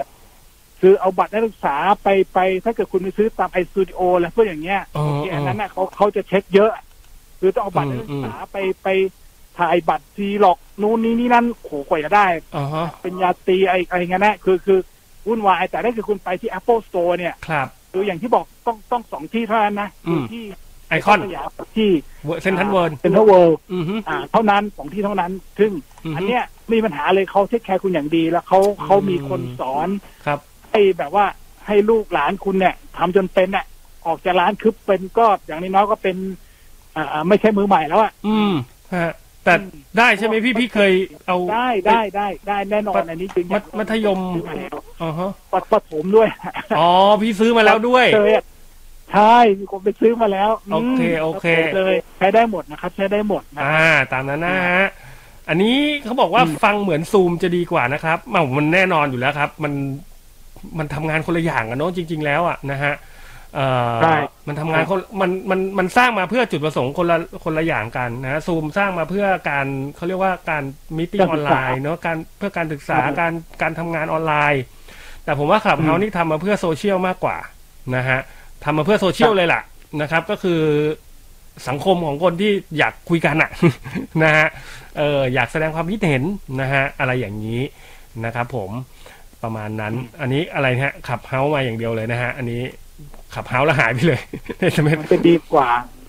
Speaker 5: ซื้อเอาบัตรนักศึกษาไปไปถ้าเกิดคุณไปซื้อตามไอสตูดิโออะไรพวกอย่างเงี้ย
Speaker 4: เออ
Speaker 5: ที่
Speaker 4: เอ
Speaker 5: อัน
Speaker 4: อ
Speaker 5: นั้นน่ะเขาเขาจะเช็คเยอะ คือต้องเอาบัตรนักศึกษาไปไปถ่ายบัตรซีหลอกนู่นนี่นี่นั่นโหกว่าจะได้
Speaker 4: อ๋อฮะ
Speaker 5: เป็นยาตีไอไอเงี้ยนะคือคือวุ่นวายแต่ถ้าเกิดคุณไปที่ Apple Store เนี่ย
Speaker 4: ครับ
Speaker 5: คืออย่างที่บอกต้องต้องสองที่เท่านั้นนะ
Speaker 4: อืม
Speaker 5: ที่
Speaker 4: ไอคอน
Speaker 5: สยามที่
Speaker 4: เซนทันเวิร์น
Speaker 5: เซ็นทรัลเวิลด์
Speaker 4: อือฮึ
Speaker 5: อ่า เท่านั้นสองที่เท่านั้น ซึ่ง
Speaker 4: อือ
Speaker 5: อัน
Speaker 4: ฮึ
Speaker 5: เนี้ยมีปัญหาเลยเขาเทคแคร์คุณอย่างดีแล้วเขาเขามีคนสอน
Speaker 4: ครับ
Speaker 5: ให้แบบว่าให้ลูกหลานคุณเนี่ยทำจนเป็นเนี่ยออกจากร้านคือเป็นก็อย่างน้อยๆก็เป็นอ่าไม่ใช่มือใหม่แล้วอ่ะ
Speaker 4: อืมฮะแต่ได้ใช่ไหมพี่พี่เคยเอา
Speaker 5: ได้ได้ได้ได้แน่นอ
Speaker 4: ปะ
Speaker 5: นอันนี้จริง
Speaker 4: มัธมัธยม
Speaker 5: ซื้อาแล้ว
Speaker 4: อ๋อฮะ
Speaker 5: ปะปะถมด้วย
Speaker 4: อ๋อพี่ซื้อมาแล้วด้วย
Speaker 5: เจออะใช่มีคนไปซื้อมาแล้ว
Speaker 4: โอเค
Speaker 5: ม
Speaker 4: โอเค
Speaker 5: ปะถมเลยใช้ได้หมดนะครับใช้ได้หมดนะ
Speaker 4: อ่าตามนั้นนะฮะ อันนี้เขาบอกว่า
Speaker 5: อืม
Speaker 4: ฟังเหมือนซูมจะดีกว่านะครับเอ้ามันแน่นอนอยู่แล้วครับ มันมันทำงานคนละอย่างกันเนาะจริง ๆ แล้วอ่ะนะฮะเอ่อ
Speaker 5: ใช่
Speaker 4: มันทำงานคนมันมันมันสร้างมาเพื่อจุดประสงค์คนละคนละอย่างกันนะฮะซูมสร้างมาเพื่อการเขาเรียกว่าการมิ e t ออนไลน์เนาะการเพื่อการศึกษาการการทำงานออนไลน์ แต่ผมว่าขับเฮานี่ทำมาเพื่อโซเชียลมากกว่านะฮะทำมาเพื่อโซเชียลเลยล่ะนะครับ ก็คือสังคมของคนที่อยากคุยกันอะ นะฮะเอออยากแสดงความคิดเห็นนะฮะอะไรอย่างนี้นะครับผมประมาณนั้น อันนี้อะไรนะฮะขับเฮามาอย่างเดียวเลยนะฮะอันนี้ขับเฮาแล้วหายไปเลย ในสมัย
Speaker 5: มันจะดีกว่า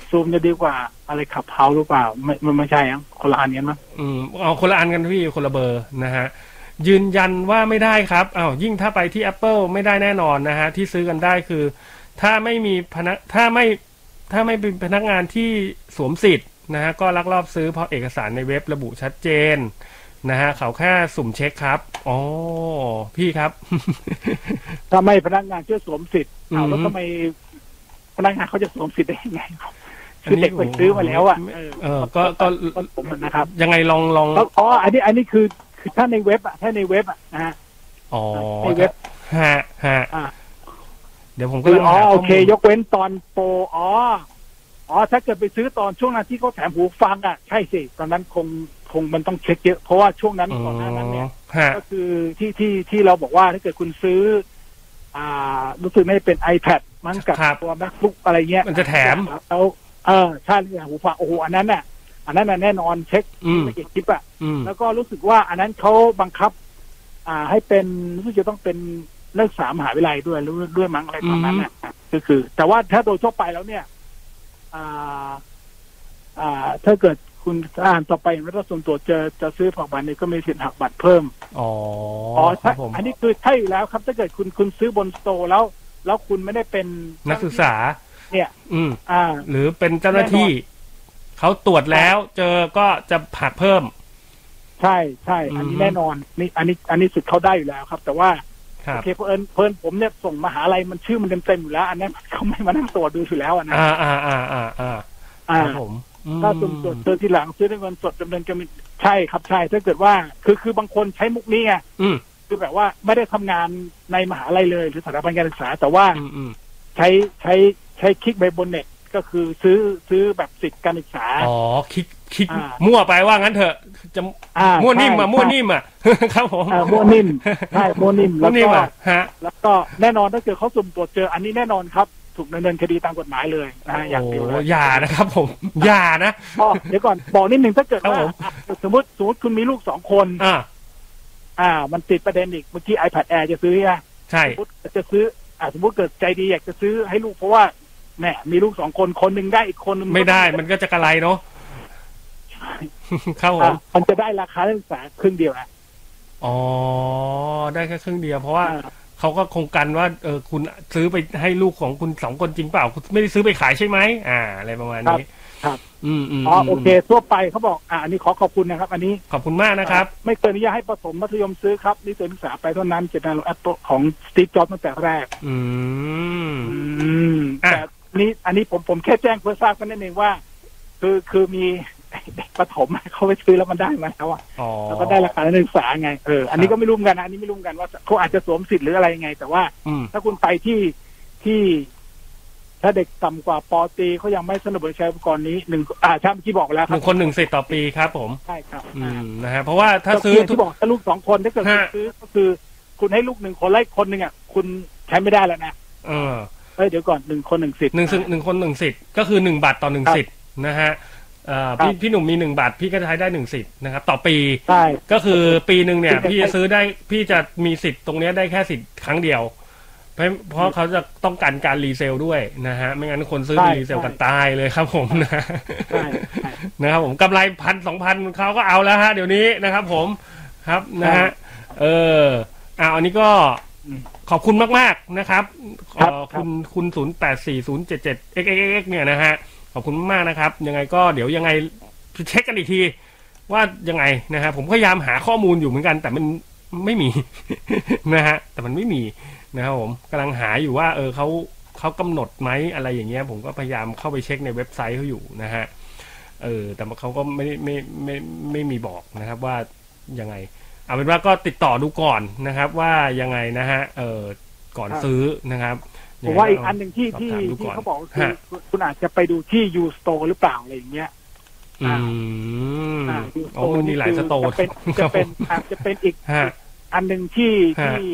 Speaker 5: ซูมจะดีกว่าอะไรขับเฮาหรือเปล่าไม่มันไม่ใช่อังคนละอันเนี้ยมั้ง
Speaker 4: อืมเอาคนละอันกันพี่คนละเบอร์นะฮะยืนยันว่าไม่ได้ครับอ้าวยิ่งถ้าไปที่ Apple ไม่ได้แน่นอนนะฮะที่ซื้อกันได้คือ ถ้าไม่มีพนักถ้าไม่ถ้าไม่เป็นพนักงานที่สวมสิทธิ์นะฮะก็ลักลอบซื้อเพราะเอกสารในเว็บระบุชัดเจนนะฮะเขาแค่สุ่มเช็คครับอ๋อพี่ครับ
Speaker 5: ถ้าไม่พนักงานช่วยสวมสิทธิ์
Speaker 4: อืม
Speaker 5: อ้าวแล้วทำไมพนักงานเขาจะสวมสิทธิ์ได้ยังไงครับ
Speaker 4: น
Speaker 5: คือ
Speaker 4: นี้
Speaker 5: เด็กไปซื้อมาแล้วอ่ะเออ
Speaker 4: เออก็ก็
Speaker 5: ผมนะครับ
Speaker 4: ยังไงลองลอง
Speaker 5: แล้วอ๋ออันนี้อันนี้คือคือถ้าในเว็บอ่ะถ้าในเว็บอ่ะนะฮะ
Speaker 4: อ๋อ
Speaker 5: ในเว็บ
Speaker 4: ฮะฮะ
Speaker 5: อ่า
Speaker 4: เดี๋ยวผมก็
Speaker 5: คือ
Speaker 4: ลัง
Speaker 5: อ๋อ
Speaker 4: หาข้
Speaker 5: โอ
Speaker 4: มูล
Speaker 5: เค ยกเว้นตอนโปรอ๋ออ๋อถ้าเกิดไปซื้อตอนช่วงนั้นที่เขาแถมหูฟังอ่ะใช่สิตอนนั้นคงคงมันต้องเช็คเยอะเพราะว่าช่วงนั้นก่อนหน้านั้นเนี่ย
Speaker 4: ฮะ
Speaker 5: ก็คือที่ที่ที่เราบอกว่าถ้าเกิดคุณซื้อ อ่า รู้สึกไม่เป็น iPad มั้งกับ
Speaker 4: ครับ
Speaker 5: ตัว MacBook อะไรเงี้ย
Speaker 4: มันจะแถม
Speaker 5: แล้วเออใช่หูฟังโอ้โหอันนั้นน่ะ อันนั้นน่ะแน่นอนเช็ค
Speaker 4: อืม
Speaker 5: ละเอียดคลิปอ่ะ
Speaker 4: อืม
Speaker 5: แล้วก็รู้สึกว่า อันนั้นเขาบังคับ อ่า ให้เป็นรู้สึกจะต้องเป็นนักศึกษามหาวิทยาลัยด้วยรู้ด้วยมั้งอะไรตอนนั้นน่ะก็คือ แต่ว่าถ้าโดยทั่วไปแล้วเนี่ย อ่า อ่า ถ้าเกิดคุณอ่านต่อไปรัฐส่วนตัวเจอจะซื้อผักบัตรเนี่ยก็มีสิทธิ์หักบัตรเพิ่ม
Speaker 4: อ๋อ
Speaker 5: อ๋อ
Speaker 4: ค
Speaker 5: ถ้า
Speaker 4: รับผม
Speaker 5: อันนี้คือใช่อยู่แล้วครับ ถ้าเกิดคุณคุณซื้อบนสโตร์แล้ว แล้วคุณไม่ได้เป็น
Speaker 4: นักศึกษา
Speaker 5: เนี่ย
Speaker 4: อืม
Speaker 5: อ่า
Speaker 4: หรือเป็นเจ้าหน้าที่ เขาตรวจแล้วเจอก็จะผักเพิ่ม
Speaker 5: ใช่ใช่อันนี้
Speaker 4: อืม
Speaker 5: แน่นอนนี่อันนี้อันนี้สุดเขาได้อยู่แล้วครับ แต่ว่า
Speaker 4: ครั
Speaker 5: โอบ เคเพิ่นเพิ่นผมเนี่ยส่งมหาลัยมันชื่อมันเต็มเต็มๆอยู่แล้ว อันนั้นเขาไม่มานั่งตรวจดูอยู่แล้วอะนะ
Speaker 4: อ่าอ่าอ่าอ่าอ่า
Speaker 5: อ่า
Speaker 4: ครับผมอืม
Speaker 5: ถ้าสุ่มตรวจเจอทีหลังซื้อด้วยเงินสดดำเนินการใช่ครับใช่ถ้าเกิดว่าคือคือบางคนใช้มุกนี้ไง
Speaker 4: อืม
Speaker 5: คือแบบว่าไม่ได้ทำงานในมหาลัยเลยหรือสถาบันการศึกษา แต่ว่า
Speaker 4: อืมอืม
Speaker 5: ใช้ใช้ใช้คลิกใบบนเน็ตก็คือซื้อซื้อแบบสิทธิ์การศึกษา
Speaker 4: อ๋อคิดคิด
Speaker 5: อ่า
Speaker 4: มั่วไปว่างั้นเถอะ จะ
Speaker 5: อ่า
Speaker 4: มั่วนิ่มอ่ะ
Speaker 5: ใช่
Speaker 4: มั่ว
Speaker 5: ใช่
Speaker 4: นิ่มอ่ะ ครับผม
Speaker 5: เอ่อมั่วนิ่มใช่มั่วนิ่ม
Speaker 4: มั่
Speaker 5: แล้ว ว
Speaker 4: นิ่ม
Speaker 5: ก็
Speaker 4: อ่ะฮะ
Speaker 5: แล้วก็แน่นอนถ้าเกิดเขาสุ่มตรวจเจออันนี้แน่นอนครับ ถูกดำเนินคดีตามกฎหมายเลยนะอย่างเดียวเล
Speaker 4: โอ้
Speaker 5: ย
Speaker 4: อย่านะครับผม อย่านะ
Speaker 5: อ๋อเดี๋ยวก่อนบอกนิดหนึ่งถ้าเกิด
Speaker 4: ค
Speaker 5: ว่า
Speaker 4: รับผม
Speaker 5: อ่ะสมมติสมมติคุณมีลูกสองคน
Speaker 4: อ่า
Speaker 5: อ่า มันติดประเด็นอีกเมื่อกี้ iPad Air จะซื้อนะ
Speaker 4: ใช่
Speaker 5: สมมติจะซื้ออ่าสมมติเกิดใจดีอยากจะซื้อให้ลูกเพราะว่าแหมมีลูกสองคนคนหนึ่งได้อีกคนหนึ่ง
Speaker 4: ไม่ได้มันก็จะกระไรเนาะ ครับผม
Speaker 5: อ่ะมันจะได้ราคานักศึกษาครึ่งเดียวนะ
Speaker 4: อ๋อ ได้แค่ครึ่งเดียวเพราะว่าเขาก็คงกันว่าเออคุณซื้อไปให้ลูกของคุณสองคนจริงเปล่า คุณไม่ได้ซื้อไปขายใช่ไหมอ่า อะไรประมาณนี้
Speaker 5: ครับ
Speaker 4: อืมอืม
Speaker 5: อ๋อโอเค ทั่วไปเขาบอกอ่าอันนี้ขอขอบคุณนะครับ อันนี้
Speaker 4: ขอบคุณมากนะครับ
Speaker 5: ไม่เคยอนุญาตให้ผสมมัธยมซื้อครับนี่ตัวนักศึกษาไปเท่านั้นเจตนาของ Apple ของสตีฟจ็อบตั้งแต่แรก
Speaker 4: อืม
Speaker 5: อืมแต่
Speaker 4: อ่ะ
Speaker 5: นี่อันนี้ผมผมแค่แจ้งเพื่อทราบกันนั่นเองว่า คือคือมี เด็กประถมเขาไปซื้อแล้วมันได้มาแล้วอะ
Speaker 4: อ๋อ
Speaker 5: แล้วก็ได้ราคานักศึกษาไงเอออันนี้ก็ไม่รู้เหมือนกันนะอันนี้ไม่รู้เหมือนกันว่าเขาอาจจะสวมสิทธิ์หรืออะไรยังไง แต่ว่า
Speaker 4: อืม
Speaker 5: ถ้าคุณไปที่ที่ ถ้าเด็กต่ำกว่าปอตรีเขายังไม่สนับสนุนใช้อุปกรณ์นี้หนึ่งอ่าใช่เมื่อกี้บอกแล้ว
Speaker 4: ห
Speaker 5: ค
Speaker 4: นึ่งค
Speaker 5: รับ
Speaker 4: นหนึ่งสิทธิ์ต่อปีครับผม
Speaker 5: ใช่ครับ
Speaker 4: อื
Speaker 5: อ่าม
Speaker 4: นะฮะเพราะว่าถ้าซื้อ
Speaker 5: แต่เพียง
Speaker 4: ทุก
Speaker 5: ที่บอกถ้าลูกสองคนถ้าเกิดคุณ
Speaker 4: ฮะ
Speaker 5: ซื้อก็คือ คุณให้ลูกหนึ่งคนไล่คนหนึ่งอ่ะคุณใช้ไม่ได้แล้วนะ
Speaker 4: เออ
Speaker 5: เอ้ยเดี๋ยวก่อนหนึ่งคนหนึ่งสิทธิ์
Speaker 4: หนึ่งซึ่งหนึ่งคนหนึ่งสิทธิ์ก็คือหนึ่งบาทต่อหนึ่ง
Speaker 5: ครับ
Speaker 4: สิทธิ์นะฮะเอ่อ
Speaker 5: ครับ
Speaker 4: พี่พี่หนุ่มมีหนึ่งบาทพี่ก็ใช้ได้หนึ่งสิทธิ์นะครับต่อปี
Speaker 5: ใช่
Speaker 4: ก็คือปีหนึ่งเนี่ย
Speaker 5: คือ
Speaker 4: พี่จะซื้อได้พี่จะมีสิทธิ์ตรงเนี้ยได้แค่สิทธิ์ครั้งเดียว เพราะเพราะเขาจะต้องการการรีเซลด้วยนะฮะไม่งั้นคนซื้อ
Speaker 5: ใช่
Speaker 4: รีเซลกันตายเลยครับผมนะ
Speaker 5: ใช่ ใช่
Speaker 4: นะครับผมกำไรพันสองพันเขาก็เอาแล้วฮะเดี๋ยวนี้นะครับผมครับนะฮะเอออ่าอันนี้ก็
Speaker 5: อืม
Speaker 4: ขอบคุณมาก ๆ นะครับ
Speaker 5: ครับ
Speaker 4: เอ่อ
Speaker 5: ครับ
Speaker 4: คุณคุณศูนย์แปดสี่ศูนย์เจ็ดเจ็ด xxx เนี่ยนะฮะ ขอบคุณมากๆนะครับ ยังไงก็เดี๋ยวยังไงเช็คกันอีกที ว่ายังไงนะฮะ ผมพยายามหาข้อมูลอยู่เหมือนกัน แต่มันไม่มี นะฮะ แต่มันไม่มีนะครับผมกำลังหาอยู่ว่า เออเขาเขากำหนดไหมอะไรอย่างเงี้ย ผมก็พยายามเข้าไปเช็คในเว็บไซต์เขาอยู่นะฮะ เออ แต่ว่าเขาก็ไม่ได้ไม่ไม่ไม่ไม่มีบอกนะครับว่ายังไง เอาเป็นว่าก็ติดต่อดูก่อนนะครับ ว่ายังไงนะฮะ เออก่อน
Speaker 5: ครับ
Speaker 4: ซื้อนะครับ
Speaker 5: ผมว่าอีก
Speaker 4: ยัไ
Speaker 5: อันหนึ่งที่
Speaker 4: สอบ
Speaker 5: ที่
Speaker 4: ถามดู
Speaker 5: ที่
Speaker 4: ก่อน
Speaker 5: เขาบอกก็คือ
Speaker 4: ฮะ
Speaker 5: คุณคุณอาจจะไปดูที่ U Store หรือเปล่าอะไรอย่างเงี้ย
Speaker 4: อืม
Speaker 5: อ่า U
Speaker 4: อ๋อมันมีหลายสโตร์
Speaker 5: จะเป็นจะเป็นอาจจะเป็นอีก
Speaker 4: ฮะ
Speaker 5: อันหนึ่งที่
Speaker 4: ฮะ
Speaker 5: ที่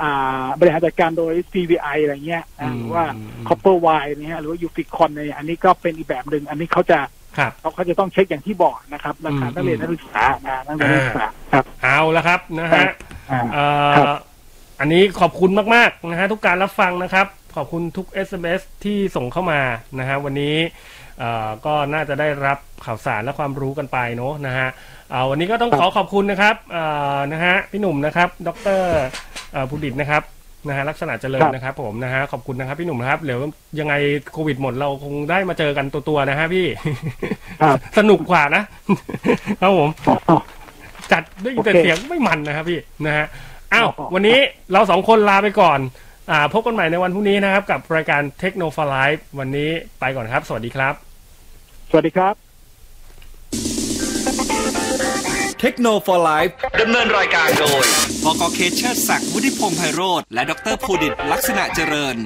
Speaker 5: อ่าบริหารจัดการโดย CVI อะไรเงี้ยอ่า
Speaker 4: อืม
Speaker 5: หรือว่า
Speaker 4: อืม
Speaker 5: Copper Wire เนี่ยฮะหรือว่า u f i c o n เนี่ยอันนี้ก็เป็นอีกแบบหนึ่งอันนี้เขาจะ
Speaker 4: ครับ
Speaker 5: เขาเขาจะต้องเช็คอย่างที่บอกนะครับราคา
Speaker 4: อืม
Speaker 5: นักเรียน
Speaker 4: อืม
Speaker 5: นักศึกษานะนักเรียนนักศึกษาครับ
Speaker 4: เอาละครับนะ
Speaker 5: ครั
Speaker 4: ฮะ
Speaker 5: บ อ่า
Speaker 4: เอ่
Speaker 5: ครั
Speaker 4: อบ อันนี้ขอบคุณมากๆนะฮะทุกการรับฟังนะครับ ขอบคุณทุก SMS ที่ส่งเข้ามานะฮะวันนี้เอ่อก็น่าจะได้รับข่าวสารและความรู้กันไปเนอะนะฮะเอ่อวันนี้ก็ต้องขอขอบคุณนะครับเอ่อนะฮะพี่หนุ่มนะครับ ดรเอ่อภูดิตนะครับนะฮะลักษณะเจริญนะครับ ผมนะฮะขอบคุณนะครับพี่หนุ่มนะครับเดี๋ยวยังไงโควิดหมดเราคงได้มาเจอกันตัวๆนะฮะพี่
Speaker 5: ครับ
Speaker 4: สนุกกว่านะ ครับผม จัดด้วยแต่
Speaker 5: โอเค
Speaker 4: เสียงไม่มันนะครับพี่นะฮะอ้าว
Speaker 5: อ๋อ
Speaker 4: วันนี้เราสองคนลาไปก่อน อ่า พบกันใหม่ในวันพรุ่งนี้นะครับ กับรายการ t e c h n o f l i v e วันนี้ไปก่อนครับ สวัสดีครับ
Speaker 5: สวัสดีครับ
Speaker 3: เทคโนโลยีไลฟ์
Speaker 1: ดำเนินรายการโดย
Speaker 3: บกเคเชอร์ศักดิ์วุฒิพงษ์ไพโรธและดรภูดิตลักษณะเจริญ